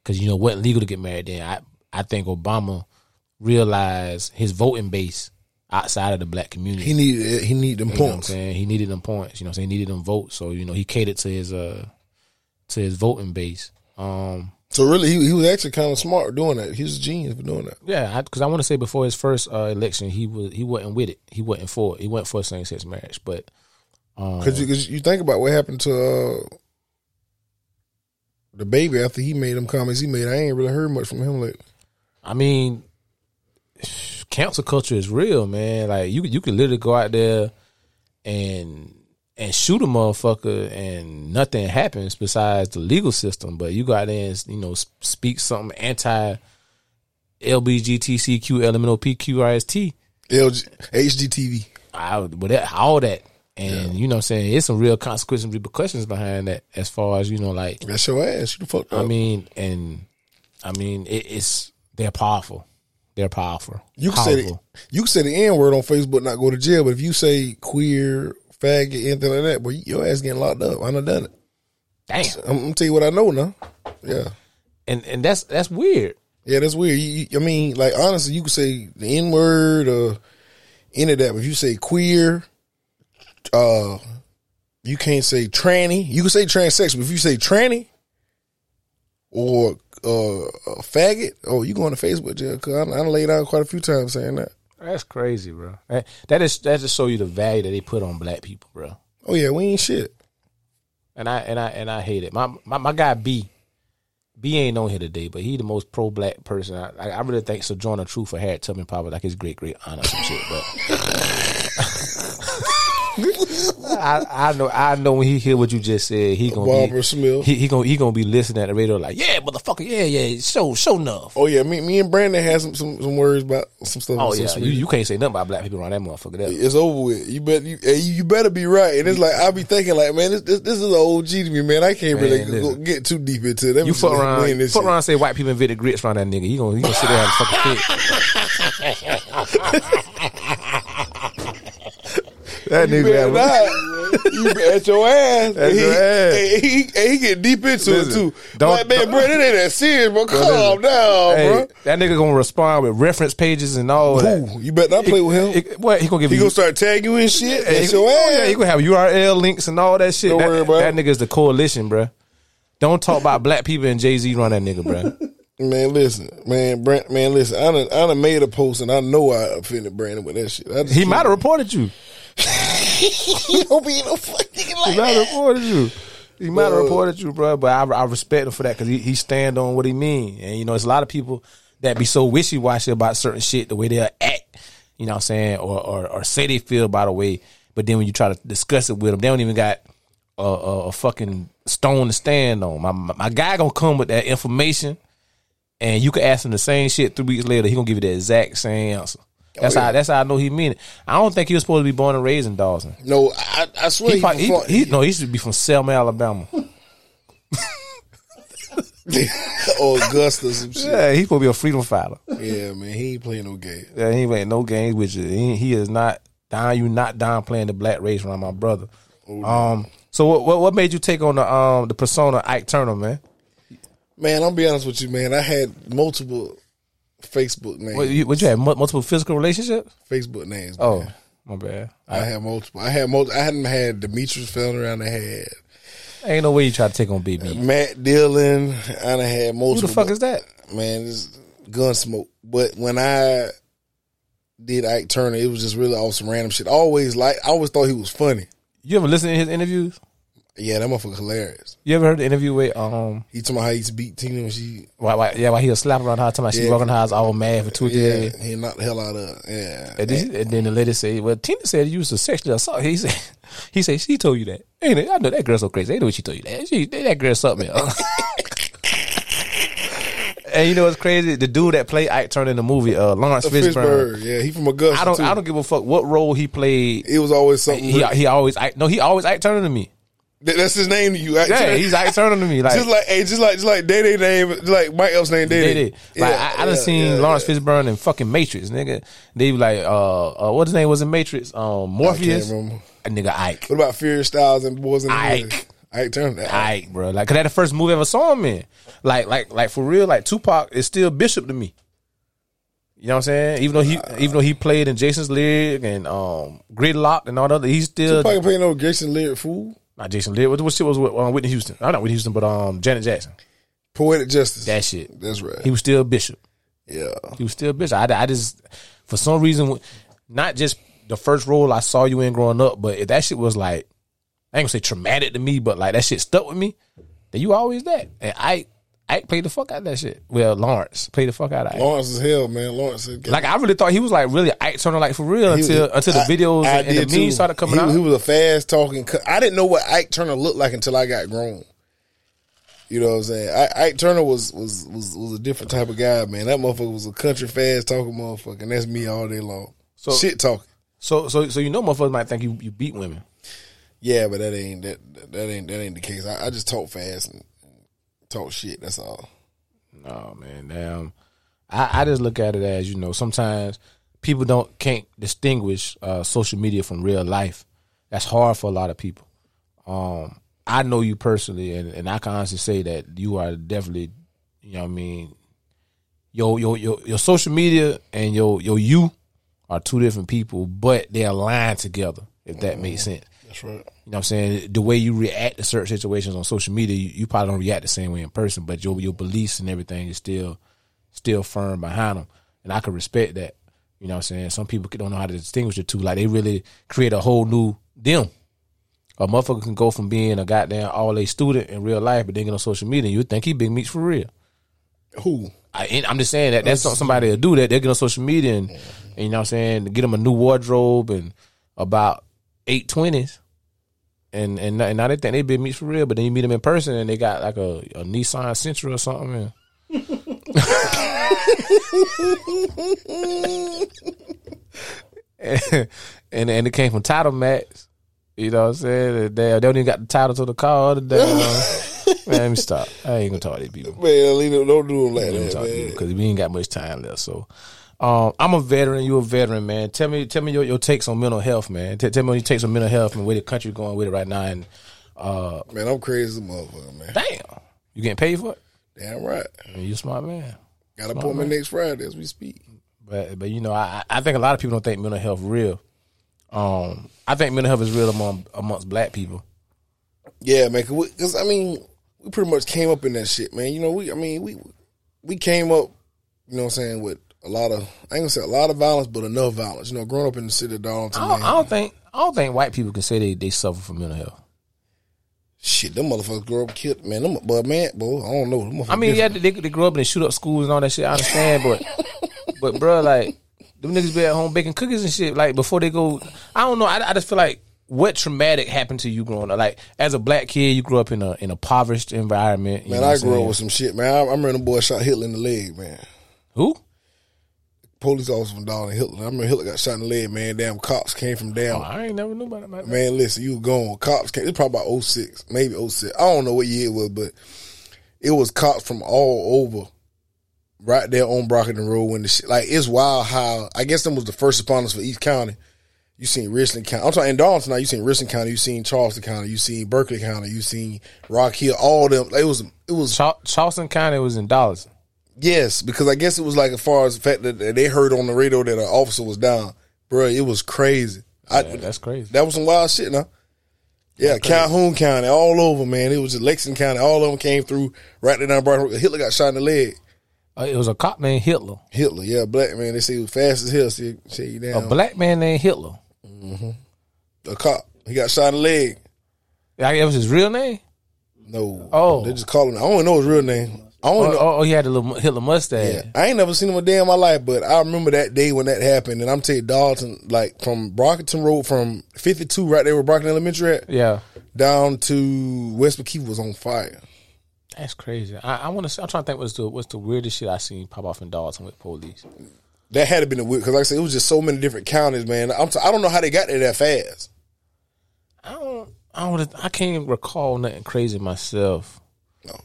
S1: because you know it wasn't legal to get married. Then I I think Obama realized his voting base outside of the black community.
S2: He needed, he needed them
S1: You know what I'm
S2: points.
S1: saying? He needed them points. You know what I'm saying? He needed them votes. So, you know, he catered to his uh to his voting base. Um
S2: So really, he, he was actually kind of smart doing that. He was a genius for doing that.
S1: Yeah, because I, want to say before his first uh, election, he was he wasn't with it. He wasn't for it. He wasn't for same sex marriage. But Uh-huh.
S2: Because you, 'cause you think about what happened to uh, the baby after he made them comments he made. I ain't really heard much from him lately.
S1: I mean, cancel culture is real, man. Like you, you can literally go out there and and shoot a motherfucker, and nothing happens besides the legal system. But you go out there and you know s- speak something anti LBGTCQ elemental PQRST,
S2: LG, HGTV.
S1: I would- with that, all that. And you know what I'm saying? It's some real consequences and repercussions behind that as far as, you know, like
S2: That's your ass. You the fuck up.
S1: I mean, and I mean, it, it's they're powerful. They're powerful.
S2: you can
S1: powerful.
S2: say the, you can say the N word on Facebook, and not go to jail. But if you say queer, faggot, anything like that, boy, your ass getting locked up. I done done it.
S1: damn,
S2: I'm, I'm gonna tell you what I know now. Yeah,
S1: and and that's that's weird.
S2: yeah, that's weird. You, you, I mean, like honestly, you could say the N word or any of that. But if you say queer, uh, you can't say tranny. You can say transsexual. But if you say tranny or uh, a faggot, oh, you going to Facebook jail? Cause I, I done laid out quite a few times saying that.
S1: That's crazy, bro. That, that is that just show you the value that they put on black people, bro.
S2: Oh yeah, we ain't shit.
S1: And I and I and I hate it. My my, my guy B, B ain't on here today, but he the most pro black person. I, I I really think Sojourner Truth or Harriet Tubman probably like his great great aunt or some shit. But [laughs] I, I know I know when he hear what you just said, he gonna be,
S2: Barbara Smith.
S1: he, he gonna he gonna be listening at the radio like, yeah, motherfucker, yeah, yeah, show show enough.
S2: Oh yeah, me, me and Brandon had some, some, some words about some stuff. on
S1: Oh yeah,
S2: social
S1: you,
S2: media.
S1: you can't say nothing about black people around that motherfucker. That,
S2: it's over with. You bet you, eh, you better be right. And it's like I be thinking like, man, this this, this is an OG to me, man. I can't really
S1: listen.
S2: go, get too deep into it. Let me
S1: you
S2: just
S1: fuck
S2: explain
S1: around,
S2: this
S1: fuck
S2: shit.
S1: around, and say white people invented grits around that nigga. You gonna you gonna sit there and have
S2: [laughs]
S1: a fucking fit.
S2: That
S1: nigga
S2: you better
S1: have-
S2: not. you better at
S1: [laughs]
S2: your ass. and he,
S1: your ass.
S2: And he, and he get deep into
S1: Listen,
S2: it too.
S1: don't-
S2: like, man,
S1: don't-
S2: bro, it ain't that serious, bro. Calm
S1: listen.
S2: down,
S1: Hey,
S2: bro.
S1: that nigga gonna respond with reference pages and all that.
S2: Ooh, you better not play with him.
S1: It- what he gonna give
S2: he
S1: you?
S2: gonna start tagging you and shit.
S1: Hey,
S2: That's
S1: he-
S2: your
S1: oh, yeah,
S2: ass.
S1: he gonna have URL links and all that shit.
S2: Don't
S1: that,
S2: worry about
S1: that
S2: it.
S1: nigga's the coalition, bruh. Don't talk about black people and Jay Z run that nigga, bruh.
S2: Man, listen, man, Brent, man, listen. I done, I done made a post and I know I offended Brandon with that shit. I just [laughs]
S1: He might have reported you.
S2: he don't be no fucking
S1: He
S2: like
S1: might have
S2: that.
S1: reported you. He might have
S2: Bro.
S1: reported you, bruh. But I, I respect him for that because he, he stand on what he mean. And you know, it's a lot of people that be so wishy washy about certain shit, the way they will act. You know what I'm saying, or, or or say they feel by the way, but then when you try to discuss it with them, they don't even got a, a, a fucking stone to stand on. My, my my guy gonna come with that information, and you can ask him the same shit three weeks later. He gonna give you the exact same answer.
S2: Oh,
S1: That's how that's how I know he mean it. I don't think he was supposed to be born and raised in Dawson.
S2: No, I, I swear
S1: He,
S2: he,
S1: prob- he,
S2: from-
S1: he- no, he should be from Selma, Alabama.
S2: or [laughs] Augusta or some shit.
S1: yeah, he's supposed to be a freedom fighter.
S2: Yeah, man, he ain't playing no game.
S1: Yeah, he ain't no games with you. He, he is not down. You not down playing the black race around my brother. Um. So what, what what made you take on the um the persona Ike Turner, man?
S2: Man, I'm be honest with you, man. I had multiple Facebook names,
S1: What you, what you had mu- multiple physical relationships?
S2: Facebook names.
S1: Oh,
S2: man.
S1: my bad.
S2: I had multiple. I had multiple. I hadn't had Demetrius Feldner. I done had
S1: ain't no way you try to take on BB.
S2: Matt Dillon. I done had
S1: Who
S2: multiple.
S1: the fuck is that?
S2: man, it's gun smoke. But when I did Ike Turner, it was just really all some random shit. I always like I always thought he was funny.
S1: You ever listen to his interviews?
S2: Yeah, that motherfucker hilarious.
S1: You ever heard the interview with um
S2: He talking about how he used to beat Tina when she
S1: why, why yeah why he was slapping around her talking about she
S2: Yeah.
S1: walking her house all mad for two
S2: yeah,
S1: days.
S2: he knocked the hell out of her. Yeah.
S1: And, this, and then the lady said, "Well, Tina said you was a sexually assault." He said, [laughs] "He said she told you that." Ain't it? I know that girl so crazy. Ain't know she told you that. She that girl something else. [laughs] and you know what's crazy? The dude that played Ike Turner in the movie, uh, Lawrence Fishburne.
S2: Pittsburgh. Yeah, he from Augusta.
S1: I don't
S2: too.
S1: I don't give a fuck what role he played.
S2: it was always something
S1: He he always Ike, no he always Ike Turner to me.
S2: Th- that's his name to you. Ike
S1: Yeah,
S2: Turner.
S1: he's Ike Turner to [laughs] me. Like
S2: just like hey, just like just like Day Day name, just like Mike Epps name Day
S1: They
S2: Day.
S1: did. Like I, I done seen Lawrence Fishburne in fucking Matrix, nigga. They be like, uh, uh what his name was in Matrix? Um, Morpheus,
S2: remember.
S1: Uh, nigga Ike,
S2: What about Furious Styles and Boys in the
S1: Ike.
S2: Hood? Ike Turner.
S1: Ike, bro. Like, cause that the first movie I ever saw him in. Like, like, like for real. Like Tupac is still Bishop to me. You know what I'm saying? Even though he, even though he played in Jason's Lyric and um Gridlock and all that, he's still
S2: Fucking playing no Jason Lyric fool.
S1: uh, not Jason Lyric. What, what shit was with um, Whitney Houston? I'm not Whitney Houston, but um Janet Jackson.
S2: Poetic justice.
S1: That shit.
S2: That's right.
S1: He was still bishop.
S2: yeah.
S1: He was still bishop. I, I just for some reason, not just the first role I saw you in growing up, but if that shit was like, I ain't gonna say traumatic to me, but like that shit stuck with me. Then you always that, and I I played the fuck out of that shit. Well, Lawrence played the fuck out of. Ike.
S2: Lawrence is hell, man. Lawrence is
S1: Like I really thought he was like really Ike Turner, like for real
S2: He was-
S1: until until the
S2: I-
S1: videos
S2: I
S1: and, and the
S2: did
S1: memes
S2: too.
S1: started coming
S2: he,
S1: out.
S2: He was a fast talking. cu- I didn't know what Ike Turner looked like until I got grown. You know what I'm saying? I, Ike Turner was, was was was a different type of guy, man. That motherfucker was a country fast talking motherfucker, and that's me all day long.
S1: So-
S2: Shit talking.
S1: so so so you know, motherfuckers might think you you beat women.
S2: Yeah, but that ain't that that- that ain't that ain't the case. I, I just talk fast and talk shit. That's all.
S1: No man, damn. I, I just look at it as you know. Sometimes people don't can't distinguish uh, social media from real life. That's hard for a lot of people. Um, I know you personally, and, and I can honestly say that you are definitely, you know, what I mean, your your your your social media and your your you are two different people, but they align together. If that makes sense.
S2: That's right.
S1: You know what I'm saying? The way you react to certain situations on social media, you, you probably don't react the same way in person, but your your beliefs and everything is still still firm behind them. And I can respect that. You know what I'm saying? Some people don't know how to distinguish the two. Like they really create a whole new them. A motherfucker can go from being a goddamn all A student in real life, but then get on social media and you think he big meats for real.
S2: Who?
S1: I, and I'm just saying that that's something somebody will do that. They'll get on social media and, and you know what I'm saying, get them a new wardrobe and about 820s. And, and now- and now they think they big meats for real, but then you meet them in person and they got like a, a Nissan Sentra or something. And and, [laughs] and and it came from title match. You know what I'm saying? They, they don't even got the title to the car. The damn- man, let me stop. I ain't gonna talk to these people.
S2: Man, leave it, don't do him like that, man.
S1: Because we ain't got much time left. So, um, I'm a veteran. You a veteran, man. Tell me, tell me your, your takes on mental health, man. T- tell me your takes on mental health and where the country going with it right now. And uh,
S2: Man, I'm crazy, as a motherfucker, man.
S1: damn, you getting paid for it?
S2: Damn right.
S1: Man, you a smart man.
S2: Got an appointment next Friday as we speak.
S1: But but you know, I I I think a lot of people don't think mental health real. Um, I think mental health is real among amongst black people.
S2: Yeah, man. Because I mean, we pretty much came up in that shit, man. You know, we I mean, we we came up, you know, what I'm saying with a lot of I ain't gonna say a lot of violence, but enough violence. You know, growing up in the city of Darlington,
S1: I don't,
S2: man,
S1: I don't think I don't think white people can say they, they suffer from mental health.
S2: shit, them motherfuckers grow up killed, man. Them, but man, boy, I don't know. Them
S1: I mean, yeah, they, they grow up and they shoot up schools and all that shit. I understand, but but bro, like them niggas be at home baking cookies and shit. Like before they go, I don't know. I, I just feel like what traumatic happened to you growing up. Like as a black kid, you grew up in a in a impoverished environment. You
S2: man,
S1: know
S2: I
S1: what I'm
S2: grew up
S1: saying?
S2: with some shit, man. I, I remember the boy shot Hitler in the leg, man.
S1: who?
S2: Police officer from Darlington, Hitler. I remember Hitler got shot in the leg, man. Damn, cops came from down.
S1: Oh, I ain't never knew about it. man.
S2: Man, listen, you were gone. Cops came. It's probably about 06, maybe 06. I don't know what year it was, but it was cops from all over right there on Brockington Road when the shit. Like, it's wild how, I guess them was the first responders for each county. You seen Richland County. I'm talking in Darlington now. You seen Richland County. You seen Charleston County. You seen Berkeley County. You seen Rock Hill. All them. Like, it was, it was,
S1: Char- Charleston County was in Dallas.
S2: yes, because I guess it was like as far as the fact that that they heard on the radio that an officer was down. Bruh, it was crazy. I,
S1: Yeah, that's crazy.
S2: that was some wild shit, now. Yeah, Calhoun County, all over, man. It was just Lexington County. All of them came through right there down Brighton. Hitler got shot in the leg.
S1: Uh, it was a cop named Hitler,
S2: Hitler, yeah, black man. They say he was fast as hell. See, see you
S1: a
S2: down. A,
S1: black man named Hitler.
S2: cop. He got shot in the leg.
S1: Like, that was his real name.
S2: No.
S1: Oh.
S2: They just call him. I don't even know his real name. I don't
S1: Oh,
S2: know.
S1: oh, oh, he had a little mu- Hitler mustache.
S2: Yeah. I ain't never seen him a day in my life, but I remember that day when that happened. And I'm telling you, Dalton, like from Brockington Road, from 52, right there where Brockington Elementary at,
S1: yeah.
S2: down to West McKeever was on fire.
S1: That's crazy. I, I want to. say I'm trying to think what's the what's the weirdest shit I seen pop off in Dalton with police.
S2: That had to been a weird because, like I said, it was just so many different counties, man. I'm t- I don't know how they got there that fast.
S1: I don't. I don't. I can't even recall nothing crazy myself
S2: No,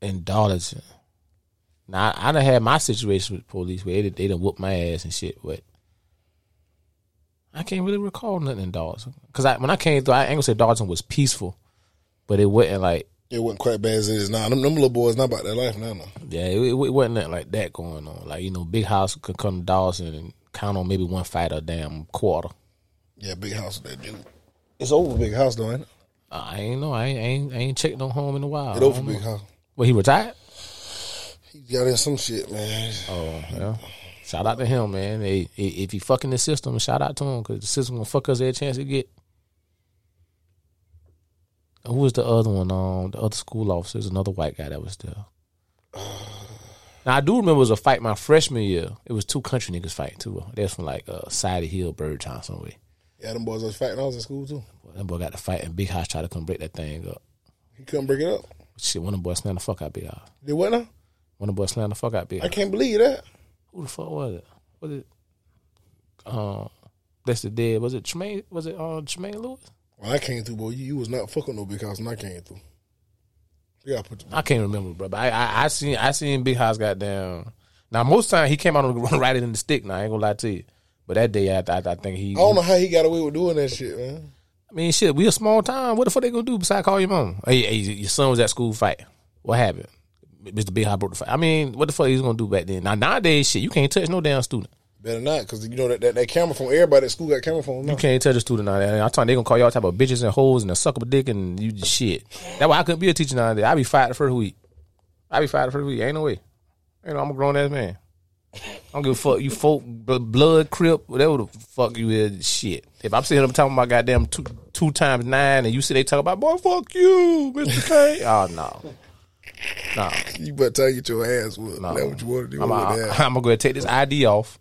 S1: in Darlington. Now I, I done had my situation with police where they done- they done whoop my ass and shit, but I can't really recall nothing in Darlington because I, when I came through, I ain't gonna say Darlington was peaceful, but it wasn't like
S2: it wasn't quite bad as it is now. Them, them little boys not about their life now. No,
S1: yeah, it, it wasn't nothing like that going on. Like you know, big house could come to Darlington and count on maybe one fight or damn quarter.
S2: yeah, big house with that dude. It's over big house though, ain't it?
S1: I ain't know. I ain't, I ain't, I ain't checked no home in a while. I
S2: It over
S1: don't know.
S2: big house.
S1: What he retired?
S2: He got in some shit, man.
S1: Oh
S2: Mm-hmm.
S1: yeah. Shout out to him, man. Hey, i- if he fucking the system, shout out to him because the system gonna fuck us every chance it get. Who was the other one? Um, the other school officer is another white guy that was there. Now I do remember it was a fight my freshman year. It was two country niggas fighting too. That's from like uh, Side of Hill, Birdtown somewhere.
S2: Yeah, them boys was fighting. I was in school too.
S1: Boy, That boy got to fight and Big House tried to come break that thing up.
S2: He couldn't break it up.
S1: Shit, one of the boys slammed the fuck out Big House.
S2: Did what now?
S1: One of the boys slammed the fuck out Big
S2: I
S1: House.
S2: can't believe that.
S1: Who the fuck was it? Was it? Um, that's the dead. Was it Tremaine? Was it uh, Tremaine Lewis?
S2: When I came through, boy, you, you was not fucking no big house when I came through. You gotta put the,
S1: I can't remember, bro. But I, I, I seen I seen Big House goddamn. Now most time he came out on the [laughs] run right in the stick. Now I ain't gonna lie to you, but that day I I, I think he.
S2: I don't know how he got away with doing that shit, man.
S1: I mean, shit, we a small town. What the fuck they gonna do besides call your mom? Hey, hey, your son was at school fight. What happened? Mr. Big House broke the fight. I mean, what the fuck he was gonna do back then? Now nowadays, shit, you can't touch no damn student.
S2: Better not, because you know that, that, that camera phone, everybody at school got camera phone now.
S1: You can't tell the student now. I'm talking, they gonna call y'all type of bitches and hoes and a suck up a dick and you just shit. That's why I couldn't be a teacher nowadays. I be fired the first week. I be fired the first week. Ain't no way. You know, I'm a grown ass man. I don't give a fuck. You folk, bl- blood, crip, whatever the fuck you is, shit. If I'm sitting up talking about goddamn two, two times nine and you sit there talking about, boy, fuck you, Mr. K. oh, no. No.
S2: You better tell you get your ass whooped.
S1: No.
S2: That's what you want to do.
S1: I'm,
S2: with
S1: I,
S2: that.
S1: I'm gonna go ahead and take this ID off.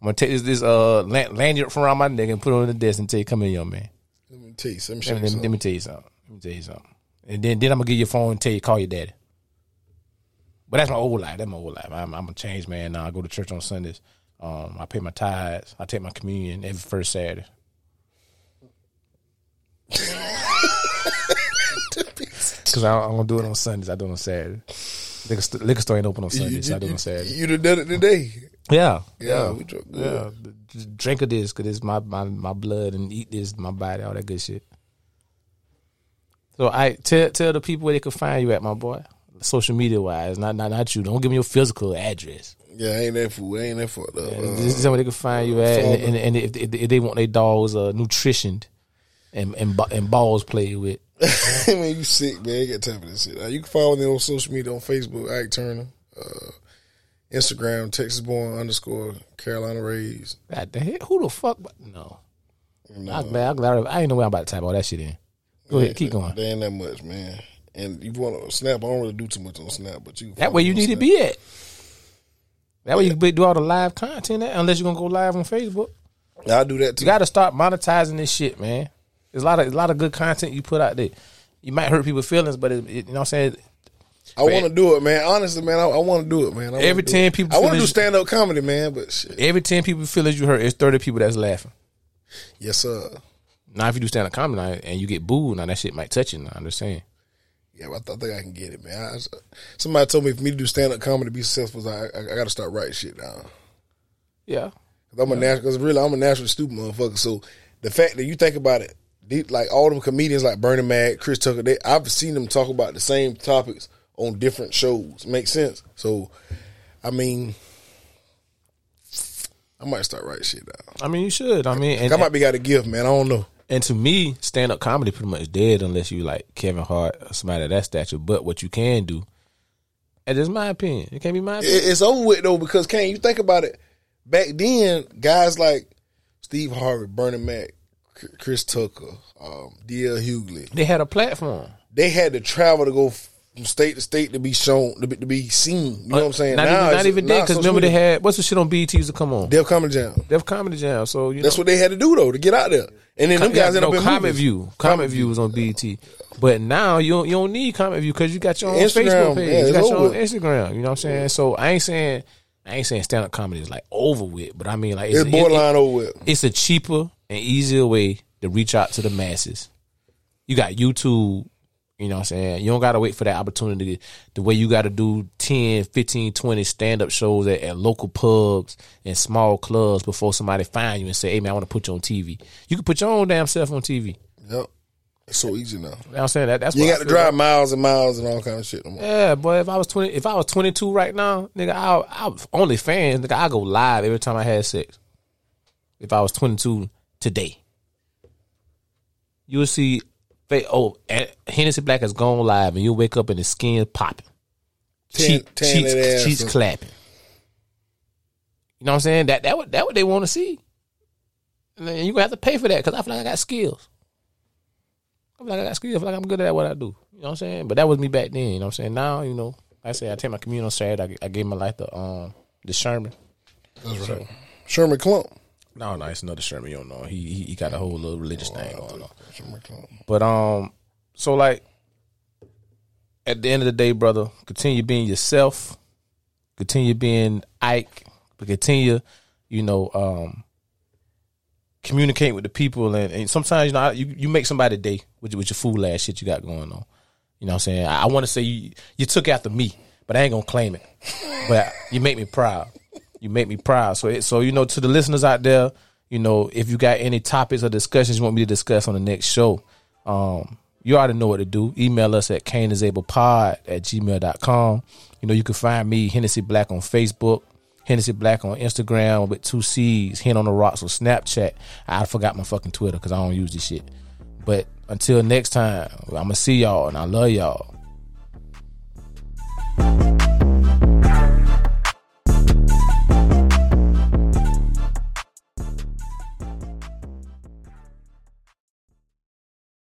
S1: I'm gonna take this, this uh, lan- lanyard from around my neck and put it on the desk and tell you, come here, young man.
S2: Let me tell you, some
S1: Let
S2: shit.
S1: me, let me- let me tell you something. Let me tell you something. And then, then I'm gonna get your phone and tell you call your daddy. But that's my old life. That's my old life. I'm, I'm a changed man now. I go to church on Sundays. Um, I pay my tithes. I take my communion every first Saturday. Cause [laughs] I don't, I don't do it on Sundays. I do it on Saturday. Liquor, st- liquor store ain't open on
S2: You, you,
S1: Sundays. so I do it on
S2: you,
S1: Saturday.
S2: you done done it today.
S1: Yeah,
S2: Yeah, we drunk good.
S1: yeah. D- Drink of this because it's my, my my blood and eat this my body all that good shit. So I tell tell the people where they can find you at, my boy. Social media wise, not not not you. Don't give me your physical address.
S2: Yeah, I ain't that fool. I ain't that fucked up.
S1: This
S2: Uh,
S1: is somewhere they can find you at, and, and, and if, if, if they want their dogs uh, nutritioned and and ba- and balls played with,
S2: [laughs] man, you sick, man. You got time for this shit. Uh, you can follow me on social media on Facebook, Ike Turner, uh, Instagram, Texas Born underscore Carolina Rays.
S1: God the heck, who the fuck? No, I, man, I'm glad I, I ain't know where I'm about to type all that shit in. Go ahead, keep going.
S2: They ain't that much, man. And you want to snap? I don't really do too much on snap, but you can
S1: That
S2: follow
S1: way
S2: me
S1: you
S2: on
S1: need to
S2: Snap.
S1: be at. That way you can do all the live content, at, unless you're gonna go live on Facebook.
S2: I do that
S1: You
S2: too.
S1: got to start monetizing this shit, man. There's a lot of a lot of good content you put out there. You might hurt people's feelings, but it, it- you know what I'm saying.
S2: I want to do it, man. Honestly, man, I, I want to do it, man. I wanna
S1: Every
S2: do
S1: 10
S2: it.
S1: people
S2: I want to
S1: finish-
S2: do stand up comedy, man. But shit,
S1: Every ten people feelings you hurt, it's thirty people that's laughing.
S2: yes sir.
S1: Now, if you do stand up comedy now and you get booed, now that shit might touch you. Now, I'm just saying.
S2: Yeah, but I, th- I think I can get it, man. I, somebody told me for me to do stand up comedy to be successful, I I, I got to start writing shit down.
S1: Yeah,
S2: Cause I'm a natural, cause really I'm a natural stupid motherfucker. So the fact that you think about it, they, like all them comedians like Bernie Mac, Chris Tucker, they I've seen them talk about the same topics on different shows. Makes sense. So, I mean, I might start writing shit down.
S1: I mean you should. I mean, and,
S2: I might be got a gift, man. I don't know.
S1: And to me, stand up comedy pretty much dead unless you like Kevin Hart or somebody of that stature. But what you can do, and this is my opinion. It can't be my opinion.
S2: It, it's over with though because can you think about it? Back then, guys like Steve Harvey, Bernie Mac, C- Chris Tucker, um, D.L. Hughley,
S1: They had a platform.
S2: they had to travel to go f- from state to state to be shown to be, to be seen. You know what I'm saying?
S1: Uh, Not
S2: Now
S1: even,
S2: it's-
S1: not even
S2: now
S1: then, because
S2: social
S1: remember they
S2: media-
S1: had what's the shit on BT used to come on?
S2: Def Comedy Jam.
S1: Def Comedy Jam. So you know,
S2: That's what they had to do though to get out there. And then them
S1: yeah,
S2: guys end
S1: no,
S2: up in
S1: Comet
S2: movies.
S1: View. Comet View was on BT, but now you don't, you don't need Comet View because you got your own
S2: Instagram,
S1: Facebook page.
S2: yeah,
S1: you
S2: it's
S1: got your own
S2: over.
S1: Instagram. You know what I'm saying? So I ain't saying I ain't saying stand up comedy is like over with, but I mean like
S2: It's
S1: it-
S2: borderline over with.
S1: it's a cheaper and easier way to reach out to the masses. You got YouTube, you know what I'm saying? You don't got to wait for that opportunity the way you got to do 10, 15, 20 stand up shows at, at local pubs and small clubs before somebody find you and say, hey, man, I want to put you on TV. You can put your own damn self on TV. You know
S2: Yep. It's so easy now.
S1: what I'm saying? That, that's
S2: You
S1: what I
S2: ain't got to
S1: feel
S2: drive miles and miles and all kind of shit no more.
S1: Yeah, boy. If I was twenty, if I was twenty two right now, nigga, I I was only fans, nigga. I go live every time I had sex. If I was twenty two today, you will see. fa- Oh, and Hennessy Black has gone live, and you will wake up and the skin popping.
S2: Tearing-
S1: cheek,
S2: tearing
S1: cheeks,
S2: that ass
S1: cheeks
S2: up.
S1: clapping. You know what I'm saying? That that what that what they want to see. And then you gonna have to pay for that because I feel like I got skills. I feel like I got skills. I feel like I'm good at what I do. You know what I'm saying? But that was me back then. You know what I'm saying? Now you know, like I say I take my communion on Saturday. I, I gave my life to um the Sherman.
S2: That's right. Sherman Clump.
S1: No, no, it's another Sherman. You don't know. He he, he got a whole little religious thing going on.
S2: Sherman Clump.
S1: But um, so like at the end of the day, brother, continue being yourself, continue being Ike, but continue, you know, um, communicate with the people, and, and sometimes you know I- you, you make somebody day with with your fool ass shit you got going on. You know what I'm saying? I, I want to say you you took after me, but I ain't gonna claim it. But you make me proud. You make me proud. So it, so you know to the listeners out there, you know if you got any topics or discussions you want me to discuss on the next show, um, you already know what to do. Email us at canisablepod at gmail.com. You know you can find me Hennessy Black on Facebook. Hennessy Black on Instagram with two C's, Hen on the Rocks on Snapchat. I forgot my fucking Twitter because I don't use this shit. But until next time, I'm going to see y'all and I love y'all.